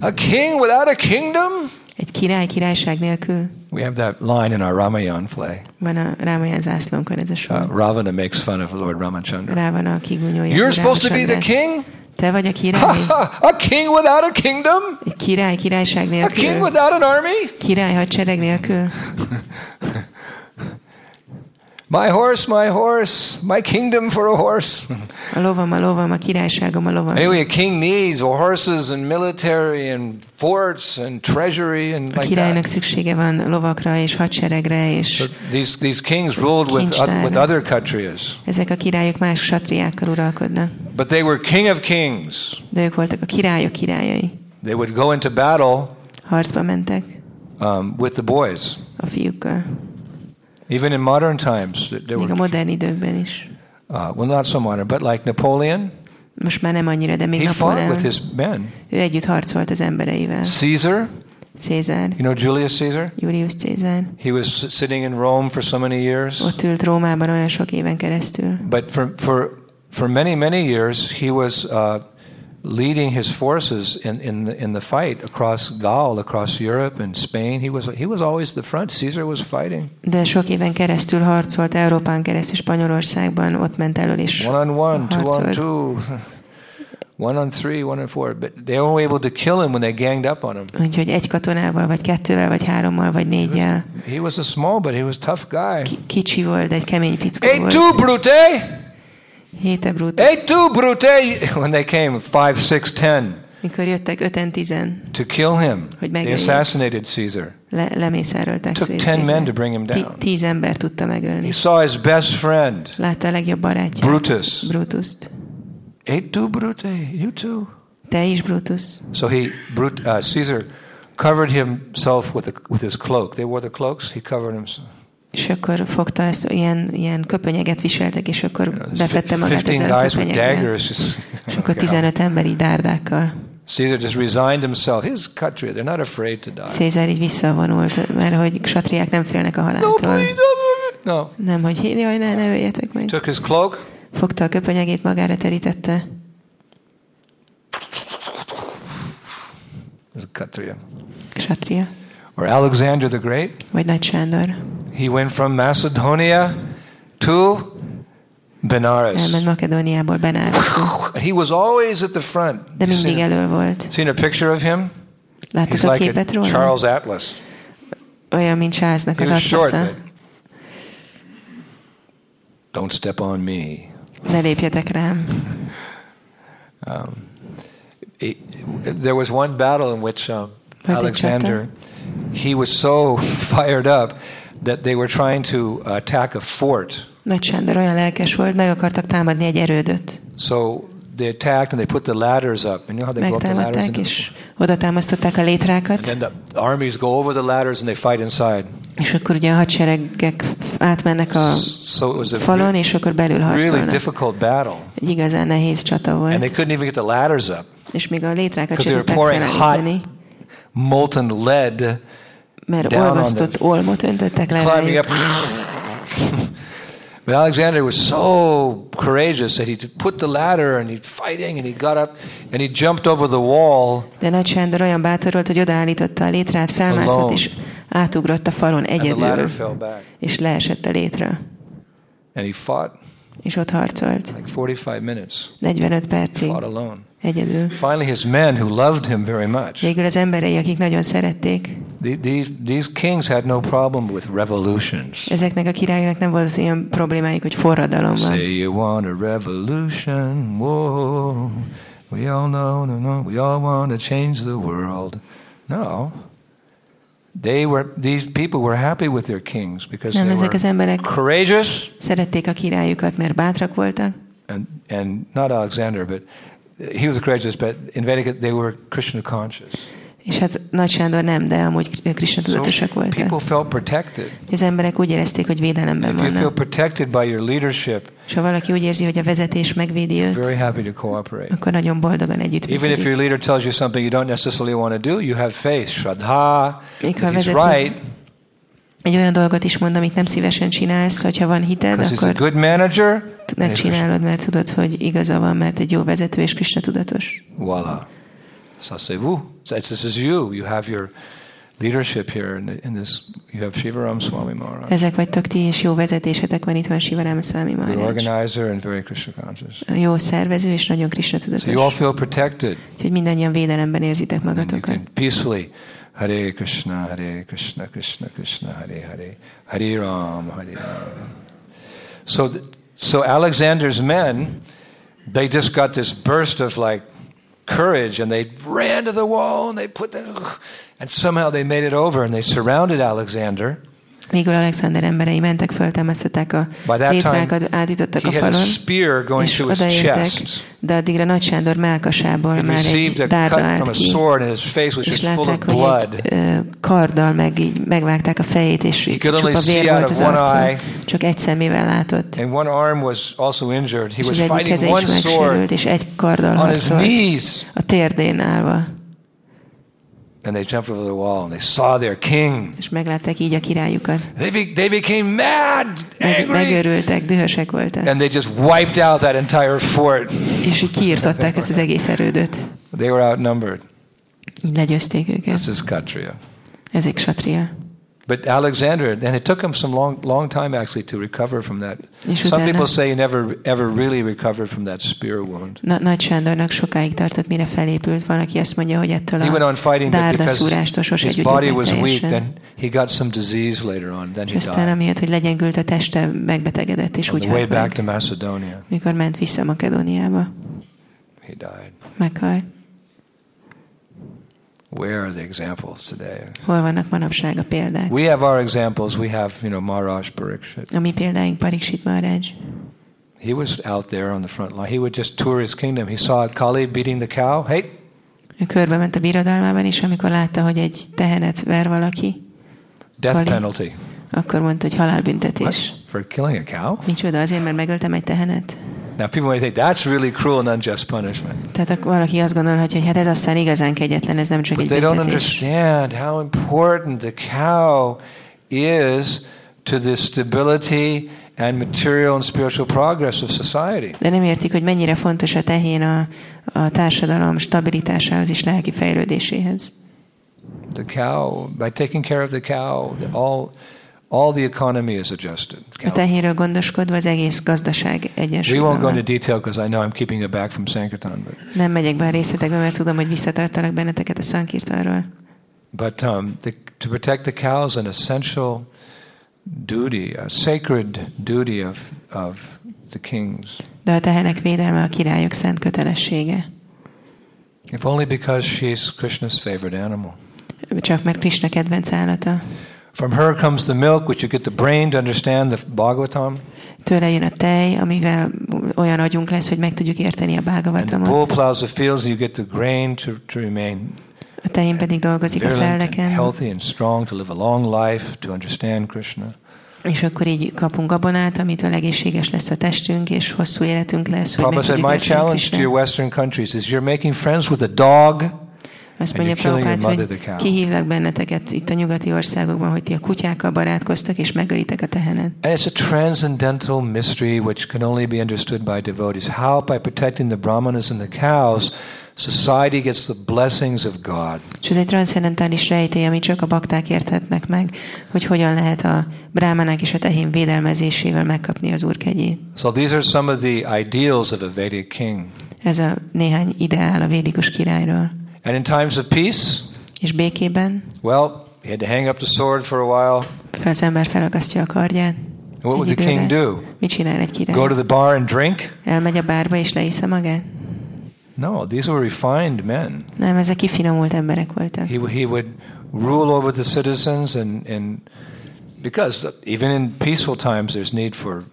Speaker 1: A king without a kingdom?
Speaker 2: Egy király királyság nélkül
Speaker 1: We have that line in our Ramayana play.
Speaker 2: van a Rámaján zászlónkon ez a
Speaker 1: Uh,
Speaker 2: sor.
Speaker 1: Ravana makes fun of Lord Ramachandra.
Speaker 2: Rá van a kigunyója.
Speaker 1: You're
Speaker 2: az
Speaker 1: supposed to be the
Speaker 2: Rámacandrát.
Speaker 1: king?
Speaker 2: Te vagy a király?
Speaker 1: a king without a kingdom?
Speaker 2: Egy király királyság
Speaker 1: A king
Speaker 2: nélkül?
Speaker 1: without an army?
Speaker 2: Király hadsereg nélkül?
Speaker 1: My horse, my horse, my kingdom for a horse.
Speaker 2: A lovam, a lovam, a királyságom, a lovam.
Speaker 1: anyway, a king needs horses and military and forts and treasury and
Speaker 2: A
Speaker 1: like
Speaker 2: királynak
Speaker 1: that.
Speaker 2: szüksége van lovakra és hadseregre,
Speaker 1: So
Speaker 2: és
Speaker 1: these, these kings ruled with, oth- with other countries,
Speaker 2: ezek a királyok más satriákkal uralkodnak.
Speaker 1: but they were king of kings.
Speaker 2: De ők voltak a királyok királyai.
Speaker 1: They would go into battle
Speaker 2: Harcba mentek
Speaker 1: um, with the boys.
Speaker 2: a fiúkkal.
Speaker 1: Even in modern times, th- there
Speaker 2: Még a
Speaker 1: were
Speaker 2: modern időkben is.
Speaker 1: uh, well, not so modern, but like Napoleon,
Speaker 2: Most már nem annyira, de még
Speaker 1: he fought
Speaker 2: Napóleon.
Speaker 1: with his men.
Speaker 2: Ő együtt harcolt az embereivel.
Speaker 1: Caesar,
Speaker 2: Cézár,
Speaker 1: you know Julius Caesar,
Speaker 2: Julius Cézár.
Speaker 1: he was s- sitting in Rome for so many years.
Speaker 2: Ott ült Rómában olyan sok éven keresztül.
Speaker 1: But for for for many many years, he was uh, leading his forces in in the, in the fight across Gaul, across Europe and Spain. He was he was always the front. Caesar was fighting
Speaker 2: De sok éven keresztül harcolt Európán keresztül, Spanyolországban, ott ment elől is.
Speaker 1: one on one, two on
Speaker 2: harcolt.
Speaker 1: two, one on three, one on four. But they were able to kill him when they ganged up on him.
Speaker 2: Úgyhogy egy katonával, vagy kettővel, vagy hárommal, vagy négyel.
Speaker 1: He was a small, but he was a tough guy.
Speaker 2: Ki- Kicsi volt, de egy kemény fickó
Speaker 1: Hey,
Speaker 2: volt.
Speaker 1: two brute!
Speaker 2: Héte Brutus.
Speaker 1: Hey, two brute! When they came, five, six, ten,
Speaker 2: Mikor jöttek öten tizen,
Speaker 1: to kill him,
Speaker 2: Hogy
Speaker 1: they
Speaker 2: megöljék.
Speaker 1: assassinated Caesar.
Speaker 2: le- lemészárolták
Speaker 1: Took
Speaker 2: Szvét
Speaker 1: 10 men
Speaker 2: Cézárt.
Speaker 1: to bring him
Speaker 2: Ti-
Speaker 1: down.
Speaker 2: Tíz ember tudta megölni.
Speaker 1: He saw his best friend,
Speaker 2: Látta a legjobb barátját,
Speaker 1: Brutus.
Speaker 2: Brutust.
Speaker 1: Hey, two brute! You too.
Speaker 2: Te is, Brutus.
Speaker 1: So he, Brut, uh, Caesar, covered himself with, a, with his cloak. They wore the cloaks. He covered himself.
Speaker 2: És akkor fogta ezt, ilyen, ilyen köpenyeget viseltek, és akkor
Speaker 1: Fif-
Speaker 2: befette magát
Speaker 1: Fifteen
Speaker 2: ezzel a
Speaker 1: guys with
Speaker 2: köpenyegre.
Speaker 1: daggers.
Speaker 2: És akkor 15 ember így dárdákkal.
Speaker 1: Caesar just resigned himself. His country, they're not afraid to die.
Speaker 2: Cézár így visszavonult, mert hogy satriák nem félnek a
Speaker 1: No,
Speaker 2: haláltól.
Speaker 1: please don't. No.
Speaker 2: Nem, hogy hé, jaj, ne, ne öljetek meg.
Speaker 1: Took his cloak,
Speaker 2: Fogta a köpenyegét, magára terítette.
Speaker 1: It was a Kshatriya.
Speaker 2: Satria.
Speaker 1: Or Alexander the Great.
Speaker 2: Vagy Nagy Sándor.
Speaker 1: He went from Macedonia to
Speaker 2: Elment
Speaker 1: Benares.
Speaker 2: Makedóniából Benárosba.
Speaker 1: He was always at the front.
Speaker 2: De
Speaker 1: You
Speaker 2: mindig
Speaker 1: seen,
Speaker 2: elől volt.
Speaker 1: seen a picture of him?
Speaker 2: Láttak
Speaker 1: He's
Speaker 2: a
Speaker 1: like a
Speaker 2: képet róla?
Speaker 1: Charles Atlas.
Speaker 2: Olyan, mint Charlesnak
Speaker 1: He
Speaker 2: az
Speaker 1: was short.
Speaker 2: atlasza.
Speaker 1: but- Don't step on me.
Speaker 2: Ne lépjetek rám.
Speaker 1: He- there was one battle in which um,
Speaker 2: Where they
Speaker 1: Alexander, he was so fired up that they were trying to attack a fort.
Speaker 2: Nagy Sándor olyan lelkes volt, meg akartak támadni egy erődöt.
Speaker 1: So they attacked and they put the ladders up. And you know how they go up the ladders?
Speaker 2: Megtámadták,
Speaker 1: into the-
Speaker 2: és oda támasztották a létrákat,
Speaker 1: And then the armies go over the ladders and they fight inside.
Speaker 2: és akkor ugye a hadseregek átmennek a
Speaker 1: So it was a
Speaker 2: falon,
Speaker 1: re-
Speaker 2: és akkor belül
Speaker 1: really
Speaker 2: harcolnak.
Speaker 1: difficult battle.
Speaker 2: Egy igazán nehéz csata
Speaker 1: And they
Speaker 2: volt,
Speaker 1: couldn't even get the ladders up
Speaker 2: és még a létrákat
Speaker 1: because
Speaker 2: sem
Speaker 1: they were
Speaker 2: tudták
Speaker 1: pouring
Speaker 2: felállítani.
Speaker 1: hot molten lead
Speaker 2: mert
Speaker 1: Down on
Speaker 2: olvasztott olmot öntöttek le
Speaker 1: climbing
Speaker 2: rájuk.
Speaker 1: up. but Alexander was so courageous that he put the ladder and he'd fighting and he got up and he jumped over the wall.
Speaker 2: De Nagy Sándor olyan bátor volt, hogy odaállította a létrát, felmászott
Speaker 1: Alone.
Speaker 2: és átugrott a falon
Speaker 1: And the ladder
Speaker 2: egyedül,
Speaker 1: fell back.
Speaker 2: és leesett a létre,
Speaker 1: And he fought
Speaker 2: és ott harcolt.
Speaker 1: like 45 minutes,
Speaker 2: 45 percig,
Speaker 1: fought alone.
Speaker 2: egyedül.
Speaker 1: Finally, his men who loved him very much,
Speaker 2: Végül az emberei, akik nagyon szerették,
Speaker 1: the- these, these kings had no problem with revolutions.
Speaker 2: ezeknek a királyoknak nem volt ilyen problémájuk, hogy forradalom van.
Speaker 1: Say you want a revolution, whoa. We all know, no, no, we all want to change the world. No. They were, these people were happy with their kings because
Speaker 2: Nem,
Speaker 1: they
Speaker 2: ezek az
Speaker 1: were
Speaker 2: emberek
Speaker 1: courageous,
Speaker 2: szerették a királyukat, mert bátrak voltak,
Speaker 1: and, and not Alexander, but he was courageous, but in Vedic they were Krishna conscious.
Speaker 2: és hát Nagy Sándor nem, de amúgy Krishna tudatosak
Speaker 1: Szóval people
Speaker 2: voltak.
Speaker 1: felt protected.
Speaker 2: Az emberek úgy érezték, hogy védelemben
Speaker 1: If you feel
Speaker 2: vannak.
Speaker 1: protected by your leadership,
Speaker 2: És ha valaki úgy érzi, hogy a vezetés megvédi őt,
Speaker 1: very happy to cooperate.
Speaker 2: akkor nagyon boldogan
Speaker 1: Even if
Speaker 2: együttműködik.
Speaker 1: your leader tells you something you don't necessarily want to do, you have faith, shraddha.
Speaker 2: Még
Speaker 1: If
Speaker 2: ha
Speaker 1: he's
Speaker 2: vezetett-
Speaker 1: right,
Speaker 2: Egy olyan dolgot is mond, amit nem szívesen csinálsz, hogyha van hited,
Speaker 1: because he's a
Speaker 2: akkor
Speaker 1: good manager. and if Krishna-
Speaker 2: megcsinálod, mert tudod, hogy igaza van, mert egy jó vezető és Krishna tudatos.
Speaker 1: Voila. Ça c'est vous. That's, this is you. You have your leadership here in, the, in this. You have Shivaram Swami Maharaj,
Speaker 2: Ezek vagytok ti, és jó vezetésetek van itt van Sivaram Swami
Speaker 1: good
Speaker 2: Maharaj.
Speaker 1: organizer and very Krishna conscious.
Speaker 2: A Jó szervező és nagyon Krishna
Speaker 1: So you all
Speaker 2: tudatos.
Speaker 1: feel protected.
Speaker 2: Úgyhogy mindannyian védelemben érzitek
Speaker 1: And you
Speaker 2: magatokat.
Speaker 1: can peacefully, Hare Krishna, Hare Krishna, Krishna Krishna, Hare Hare, Hare Ram, Hare Ram. So, th- so Alexander's men, they just got this burst of like courage, and they ran to the wall, and they put the, and somehow they made it over, and they surrounded Alexander.
Speaker 2: Végül Alexander emberei mentek, föltámasztották a
Speaker 1: By that time,
Speaker 2: létrákat, átütöttek
Speaker 1: he
Speaker 2: a
Speaker 1: had a
Speaker 2: falon,
Speaker 1: spear going
Speaker 2: és
Speaker 1: through his
Speaker 2: odaértek,
Speaker 1: chest.
Speaker 2: de addigra Nagy Sándor melkasából
Speaker 1: He
Speaker 2: már egy
Speaker 1: received a cut
Speaker 2: dárda
Speaker 1: from
Speaker 2: állt
Speaker 1: a
Speaker 2: ki.
Speaker 1: sword, and uh, his face was
Speaker 2: és
Speaker 1: just full of
Speaker 2: látták, hogy
Speaker 1: blood.
Speaker 2: egy ö, karddal meg így megvágták a fejét, és így
Speaker 1: could only
Speaker 2: csupa
Speaker 1: see
Speaker 2: vér
Speaker 1: out
Speaker 2: volt
Speaker 1: of
Speaker 2: az
Speaker 1: one
Speaker 2: arcán.
Speaker 1: eye.
Speaker 2: Csak egy szemével látott.
Speaker 1: And one arm was also injured. He
Speaker 2: És
Speaker 1: was
Speaker 2: az egyik
Speaker 1: fighting
Speaker 2: keze is
Speaker 1: one
Speaker 2: megsérült,
Speaker 1: sword
Speaker 2: és egy karddal
Speaker 1: on his
Speaker 2: harcolt.
Speaker 1: knees.
Speaker 2: A térdén állva.
Speaker 1: And they jumped over the wall and they saw their king.
Speaker 2: És meglátták így a királyukat.
Speaker 1: They, be, they became mad,
Speaker 2: Meg,
Speaker 1: angry,
Speaker 2: megörültek, dühösek voltak.
Speaker 1: and they just wiped out that entire fort.
Speaker 2: És így kiirtották ezt az egész erődöt.
Speaker 1: They were outnumbered.
Speaker 2: Így legyőzték őket.
Speaker 1: That's just Kshatriya.
Speaker 2: Ezek satria.
Speaker 1: But Alexander, and it took him some long, long time actually to recover from that.
Speaker 2: You should
Speaker 1: Some
Speaker 2: have
Speaker 1: people
Speaker 2: known.
Speaker 1: say he never, ever really recovered from that spear wound.
Speaker 2: Na, Nagy Sándornak sokáig tartott, mire felépült. Van, aki azt mondja, hogy ettől
Speaker 1: He went
Speaker 2: a
Speaker 1: on fighting, but
Speaker 2: dárda
Speaker 1: because
Speaker 2: szúrástól sose
Speaker 1: his
Speaker 2: gyógyult
Speaker 1: body
Speaker 2: meg
Speaker 1: was weak,
Speaker 2: teljesen.
Speaker 1: then he got some disease later on. Then
Speaker 2: És
Speaker 1: he
Speaker 2: aztán
Speaker 1: died.
Speaker 2: amiatt, hogy legyengült a teste, megbetegedett, és
Speaker 1: On
Speaker 2: úgy
Speaker 1: the way
Speaker 2: halt
Speaker 1: back
Speaker 2: meg,
Speaker 1: to Macedonia,
Speaker 2: mikor ment vissza Makedóniába.
Speaker 1: he died.
Speaker 2: Meghal.
Speaker 1: Where are the examples today?
Speaker 2: Hol vannak manapság a példák?
Speaker 1: We have our examples. We have, you know, Maharaj Pariksit.
Speaker 2: A mi példáink Pariksit Maharaj.
Speaker 1: He was out there on the front line. He would just tour his kingdom. He saw Kali beating the cow. Hey,
Speaker 2: Ő körbe ment a birodalmában, és amikor látta, hogy egy tehenet ver valaki,
Speaker 1: death
Speaker 2: Kali.
Speaker 1: penalty
Speaker 2: akkor mondta, hogy halálbüntetés.
Speaker 1: for killing a cow.
Speaker 2: Micsoda, azért, mert megöltem egy tehenet?
Speaker 1: Now people may think that's really cruel and unjust punishment,
Speaker 2: Tehát akkor valaki azt gondolhatja, hogy hát ez aztán igazán kegyetlen, ez nem csak
Speaker 1: but
Speaker 2: egy
Speaker 1: they don't
Speaker 2: büntetés.
Speaker 1: understand how important the cow is to the stability and material and spiritual progress of society.
Speaker 2: De nem értik, hogy mennyire fontos a tehén a, a társadalom stabilitásához és lelki fejlődéséhez.
Speaker 1: The cow, by taking care of the cow, all, all the economy is adjusted.
Speaker 2: A tehénről gondoskodva az egész gazdaság
Speaker 1: We
Speaker 2: egyensúlyban
Speaker 1: won't go into
Speaker 2: van.
Speaker 1: detail because I know I'm keeping it back from Sankirtan. But,
Speaker 2: Nem megyek be a részletekbe, mert tudom, hogy visszatartalak benneteket a szankirtanról.
Speaker 1: but um, the, to protect the cow is an essential duty, a sacred duty of, of the kings.
Speaker 2: De a tehenek védelme a királyok szent kötelessége.
Speaker 1: If only because she's Krishna's favorite animal.
Speaker 2: Csak mert Krishna kedvenc állata.
Speaker 1: From her comes the milk, which you get the brain to understand the Bhagavatam,
Speaker 2: Tőle jön a tej, amivel olyan agyunk lesz, hogy meg tudjuk érteni a
Speaker 1: and the bull
Speaker 2: bágavatamot.
Speaker 1: plows the fields, and you get the grain to, to remain
Speaker 2: A tején pedig dolgozik a
Speaker 1: virulent and
Speaker 2: felleken,
Speaker 1: healthy and strong, to live a long life, to understand Krishna.
Speaker 2: és akkor így kapunk gabonát, amitől egészséges lesz a testünk, és hosszú életünk lesz, hogy meg
Speaker 1: Prabhupada said, My
Speaker 2: tudjuk érteni
Speaker 1: challenge to your
Speaker 2: Krishnát."
Speaker 1: Western countries is you're making friends with a dog
Speaker 2: Azt
Speaker 1: And
Speaker 2: mondja
Speaker 1: you're killing your
Speaker 2: Prabhupád,
Speaker 1: mother,
Speaker 2: hogy
Speaker 1: the cow.
Speaker 2: kihívlak benneteket itt a nyugati országokban, hogy ti a kutyákkal barátkoztak, és megölitek a tehenen.
Speaker 1: And it's a transcendental mystery which can only be understood by devotees. How, by protecting the brahmanas and the cows, society gets the blessings of God.
Speaker 2: És ez egy transzcendentális rejtély, amit csak a bakták érthetnek meg, hogy hogyan lehet a brámanák és a tehén védelmezésével megkapni az úr kegyét.
Speaker 1: So these are some of the ideals of a Vedic king.
Speaker 2: Ez a néhány ideál a védikus királyról.
Speaker 1: And in times of peace,
Speaker 2: És békében
Speaker 1: well, he had to hang up the sword for a while.
Speaker 2: fel az ember felakasztja a kardját.
Speaker 1: And what would
Speaker 2: egy
Speaker 1: the king
Speaker 2: időre.
Speaker 1: do?
Speaker 2: Mit csinál egy
Speaker 1: Go
Speaker 2: király?
Speaker 1: to the bar and drink?
Speaker 2: Elmegy a bárba és leissza magát?
Speaker 1: No, these were refined men.
Speaker 2: Nem, ezek kifinomult emberek voltak.
Speaker 1: He, w- he would rule over the citizens, and, and because even in peaceful times, there's need for,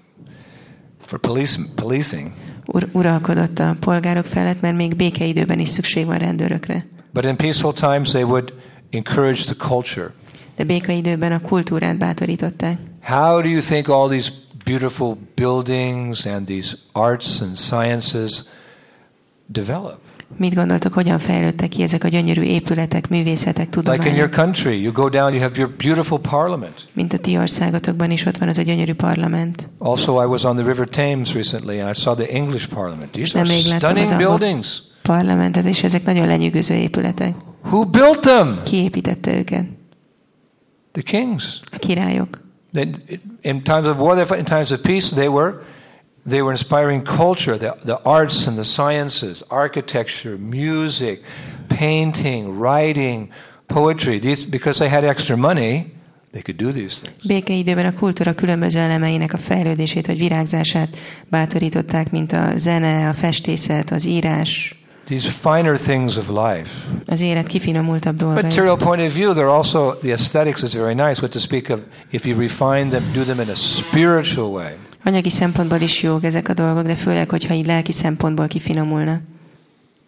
Speaker 1: for police, policing.
Speaker 2: Ur- uralkodott a polgárok felett, mert még békeidőben is szükség van rendőrökre.
Speaker 1: But in peaceful times, they would encourage the culture.
Speaker 2: De békeidőben a kultúrát bátorították.
Speaker 1: How do you think all these beautiful buildings and these arts and sciences develop?
Speaker 2: Mit gondoltok, hogyan fejlődtek ki ezek a gyönyörű épületek, művészetek,
Speaker 1: Like in your
Speaker 2: tudományok?
Speaker 1: country, you go down, you have your beautiful parliament.
Speaker 2: Mint a ti országotokban is ott van az a gyönyörű parlament.
Speaker 1: Also, I was on the River Thames recently, and I saw the English parliament. These are
Speaker 2: Nem még láttam az
Speaker 1: stunning
Speaker 2: angol-
Speaker 1: buildings.
Speaker 2: Parlamentet, és ezek nagyon lenyűgöző épületek.
Speaker 1: Who built them?
Speaker 2: Ki építette őket?
Speaker 1: The kings.
Speaker 2: A királyok.
Speaker 1: They, in times of war, they fought. in times of peace, they were they were inspiring culture, the, the arts and the sciences, architecture, music, painting, writing, poetry. These because they had extra money, they could do these things.
Speaker 2: Békeidőben a kultúra különböző elemeinek a fejlődését vagy virágzását bátorították, mint a zene, a festészet, az írás,
Speaker 1: These finer things of life.
Speaker 2: az élet kifinomultabb dolgai.
Speaker 1: Material point of view, they're also the aesthetics is very nice. What to speak of if you refine them, do them in a spiritual way.
Speaker 2: Anyagi szempontból is jók ezek a dolgok, de főleg, hogyha így lelki szempontból kifinomulna,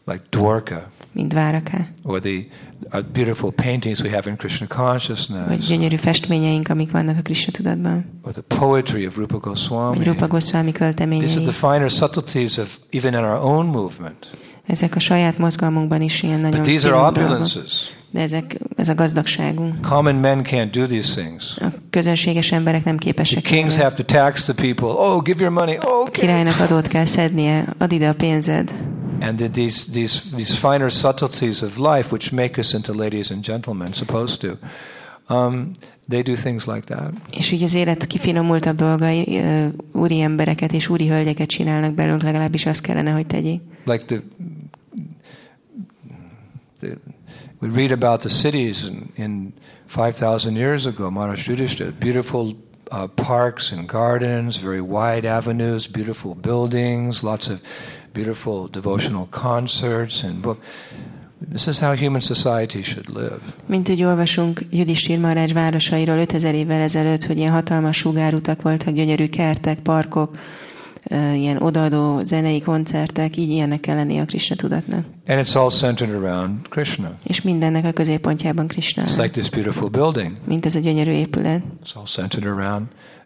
Speaker 1: Like Dwarka
Speaker 2: mint váraká.
Speaker 1: or the uh, beautiful paintings we have in Krishna
Speaker 2: Vagy
Speaker 1: consciousness.
Speaker 2: gyönyörű festményeink, amik vannak a Krishna tudatban.
Speaker 1: or the poetry of Rupa
Speaker 2: Vagy Rupa
Speaker 1: Goswami.
Speaker 2: Goswami
Speaker 1: These are
Speaker 2: költeményei.
Speaker 1: the finer subtleties of even in our own movement.
Speaker 2: Ezek a saját mozgalmunkban is ilyen nagyon
Speaker 1: But these are
Speaker 2: finom dolgok.
Speaker 1: opulences.
Speaker 2: De ezek, ez a gazdagságunk.
Speaker 1: Common men can't do these things.
Speaker 2: A közönséges emberek nem
Speaker 1: The
Speaker 2: képesek.
Speaker 1: kings
Speaker 2: erre.
Speaker 1: have to tax the people. Oh, give your money. Oh,
Speaker 2: A
Speaker 1: okay.
Speaker 2: királynak adót kell szednie, ad ide a pénzed.
Speaker 1: And that these these these finer subtleties of life, which make us into ladies and gentlemen, supposed to, um, they do things like that.
Speaker 2: És így az élet kifinomultabb dolgai ö, úri embereket és úri hölgyeket csinálnak belőlünk, legalábbis azt kellene, hogy tegyék.
Speaker 1: Like the, the we read about the cities in, in five thousand years ago, Maharaj Yudhishthira, beautiful uh, parks and gardens, very wide avenues, beautiful buildings, lots of beautiful devotional concerts and book. This is how human society should live.
Speaker 2: Mint hogy olvasunk Judistír Marács városairól 5000 évvel ezelőtt, hogy ilyen hatalmas sugárutak voltak, gyönyörű kertek, parkok, ö, ilyen odaadó zenei koncertek, így ilyennek kell lenni a Krishna tudatnak.
Speaker 1: And it's all centered around Krishna.
Speaker 2: És mindennek a középpontjában Krishna.
Speaker 1: It's like this beautiful building.
Speaker 2: Mint ez a gyönyörű épület,
Speaker 1: It's all centered around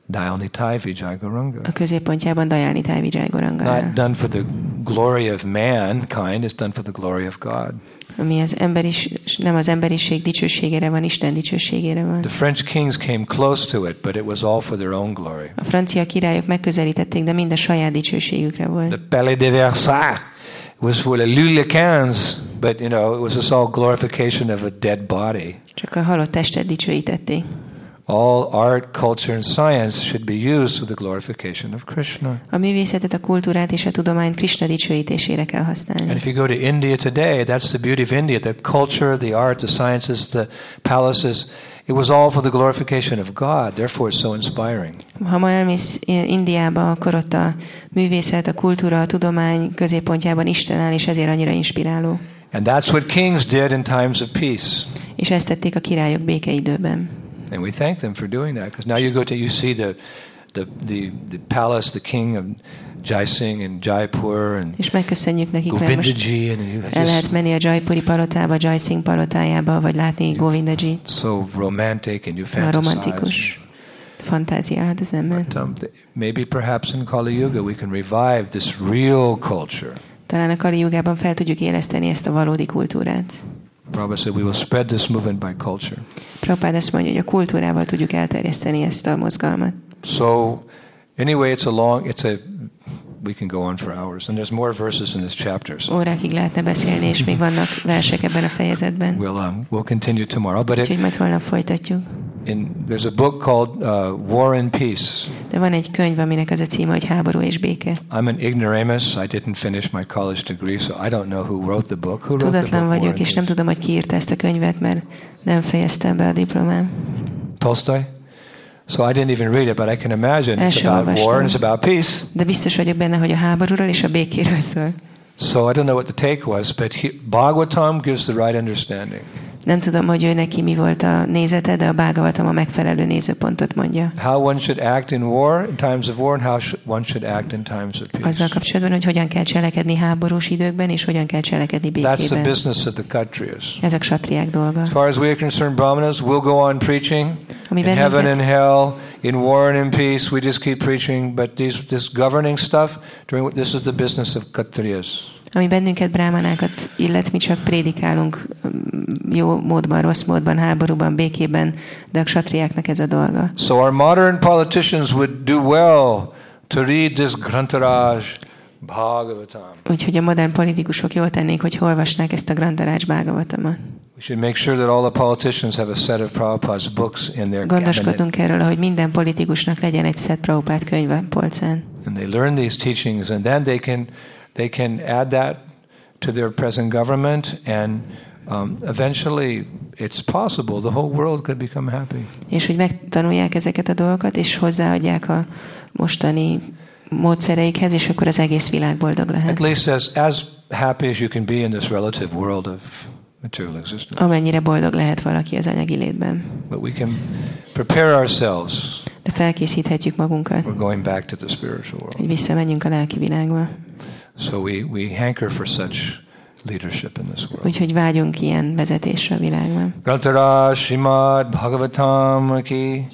Speaker 1: Dayal Nitai Vijay Gauranga.
Speaker 2: a középpontjában Dajani Tájvidzsáj
Speaker 1: Not
Speaker 2: Goranga.
Speaker 1: done for the glory of mankind, it's done for the glory of God.
Speaker 2: Ami az emberis, nem az emberiség dicsőségére van, Isten dicsőségére van.
Speaker 1: The French kings came close to it, but it was all for their own glory.
Speaker 2: A francia királyok megközelítették, de mind a saját dicsőségükre
Speaker 1: The
Speaker 2: volt.
Speaker 1: Palais de Versailles was for the Louis XV, but you know, it was just all glorification of a dead body.
Speaker 2: Csak a halott testet dicsőítették.
Speaker 1: All art, culture, and science should be used for the glorification of Krishna.
Speaker 2: A művészetet, a kultúrát és a tudományt Krishna dicsőítésére kell
Speaker 1: And
Speaker 2: használni.
Speaker 1: if you go to India today, that's the beauty of India the culture, the art, the sciences, the palaces. It was all for the glorification of God, therefore, it's so inspiring.
Speaker 2: Ha ma elmész Indiába, akkor ott a művészet, a kultúra, a tudomány középpontjában Isten áll, és ezért annyira inspiráló.
Speaker 1: And that's what kings did in times of peace.
Speaker 2: És ezt tették a királyok békeidőben.
Speaker 1: And we thank them for doing that because now you go to you see the the the, the palace, the king of Jai Singh and Jaipur and
Speaker 2: És megköszönjük nekik, mert most
Speaker 1: Govindaji, and you
Speaker 2: el lehet
Speaker 1: just
Speaker 2: menni a Jaipuri palotába, Jai Singh palotájába, vagy látni Govindaji.
Speaker 1: so romantic and you
Speaker 2: A
Speaker 1: fantasize.
Speaker 2: romantikus fantáziálhat az ember.
Speaker 1: But, um, th- maybe perhaps in Kali Yuga we can revive this real culture.
Speaker 2: Talán a Kali Jugában fel tudjuk éleszteni ezt a valódi kultúrát.
Speaker 1: Prabhupada said, we will spread this movement by culture.
Speaker 2: Prabhupád azt mondja, hogy a kultúrával tudjuk elterjeszteni ezt a mozgalmat.
Speaker 1: So, anyway, it's a long, it's a, we can go on for hours. And there's more verses in this chapter, so
Speaker 2: Órákig lehetne beszélni, és még vannak versek ebben a fejezetben.
Speaker 1: we'll, um, we'll continue tomorrow. But it,
Speaker 2: Úgyhogy majd holnap folytatjuk.
Speaker 1: in, there's a book called uh, War and Peace.
Speaker 2: De van egy könyv, aminek az a címe, hogy Háború és Béke.
Speaker 1: I'm an ignoramus. I didn't finish my college degree, so I don't know who wrote the book. Who wrote the book?
Speaker 2: Tudatlan
Speaker 1: War
Speaker 2: vagyok,
Speaker 1: and
Speaker 2: és nem
Speaker 1: Peace?
Speaker 2: tudom, hogy ki írta ezt a könyvet, mert nem fejeztem be a diplomám.
Speaker 1: Tolstoy? So I didn't even read it, but I can imagine it's
Speaker 2: Első
Speaker 1: about war
Speaker 2: olvastam.
Speaker 1: and it's about peace.
Speaker 2: De biztos vagyok benne, hogy a háborúról és a békéről szól.
Speaker 1: So I don't know what the take was, but he, Bhagavatam gives the right understanding.
Speaker 2: Nem tudom, hogy ő neki mi volt a nézete, de a Bágavatam a megfelelő nézőpontot mondja.
Speaker 1: How one should act in war, in times of war, and how sh- one should act in times of peace.
Speaker 2: Azzal kapcsolatban, hogy hogyan kell cselekedni háborús időkben, és hogyan kell cselekedni
Speaker 1: That's the
Speaker 2: békében.
Speaker 1: business of the Kshatriyas.
Speaker 2: Ezek satriák dolga.
Speaker 1: As far as we are concerned, Brahmanas, we'll go on preaching
Speaker 2: Ami
Speaker 1: in heaven
Speaker 2: bennünket-
Speaker 1: and hell, in war and in peace. We just keep preaching, but these, this governing stuff, during, this is the business of Kshatriyas.
Speaker 2: Ami bennünket, brámanákat illet, mi csak prédikálunk mm, jó módban, rossz módban, háborúban, békében, de a satriáknak ez a dolga.
Speaker 1: So our modern politicians would do well to read this Grantaraj Bhagavatam.
Speaker 2: Úgyhogy a modern politikusok jól tennék, hogy olvasnák ezt a Grandarács Bágavatamat.
Speaker 1: We should make sure that all the politicians have a set of Prabhupada's books in their cabinet.
Speaker 2: Gondoskodunk erről, hogy minden politikusnak legyen egy Szent Prabhupát könyv a polcán.
Speaker 1: And they learn these teachings and then they can, they can add that to their present government and um, eventually it's possible the whole world could become happy.
Speaker 2: És hogy megtanulják ezeket a dolgokat, és hozzáadják a mostani módszereikhez, és akkor az egész világ boldog
Speaker 1: At
Speaker 2: lehet.
Speaker 1: least as, as happy as you can be in this relative world of material existence.
Speaker 2: Amennyire boldog lehet valaki az anyagi létben.
Speaker 1: But we can prepare ourselves
Speaker 2: De felkészíthetjük magunkat,
Speaker 1: for going back to the spiritual world.
Speaker 2: hogy visszamenjünk a lelki világba.
Speaker 1: So we, we hanker for such leadership in this world.
Speaker 2: Úgyhogy vágyunk ilyen vezetésre a világban.
Speaker 1: Grantaraj Srimad Bhagavatam ki,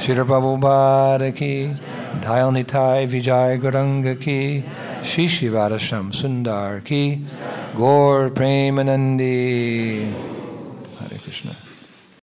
Speaker 1: Srila Prabhupada ki, Dayal Nitai Vijay Guranga ki, Shri Shri Radhasham Sundar ki, Gaur Premanandi. Hare Krishna.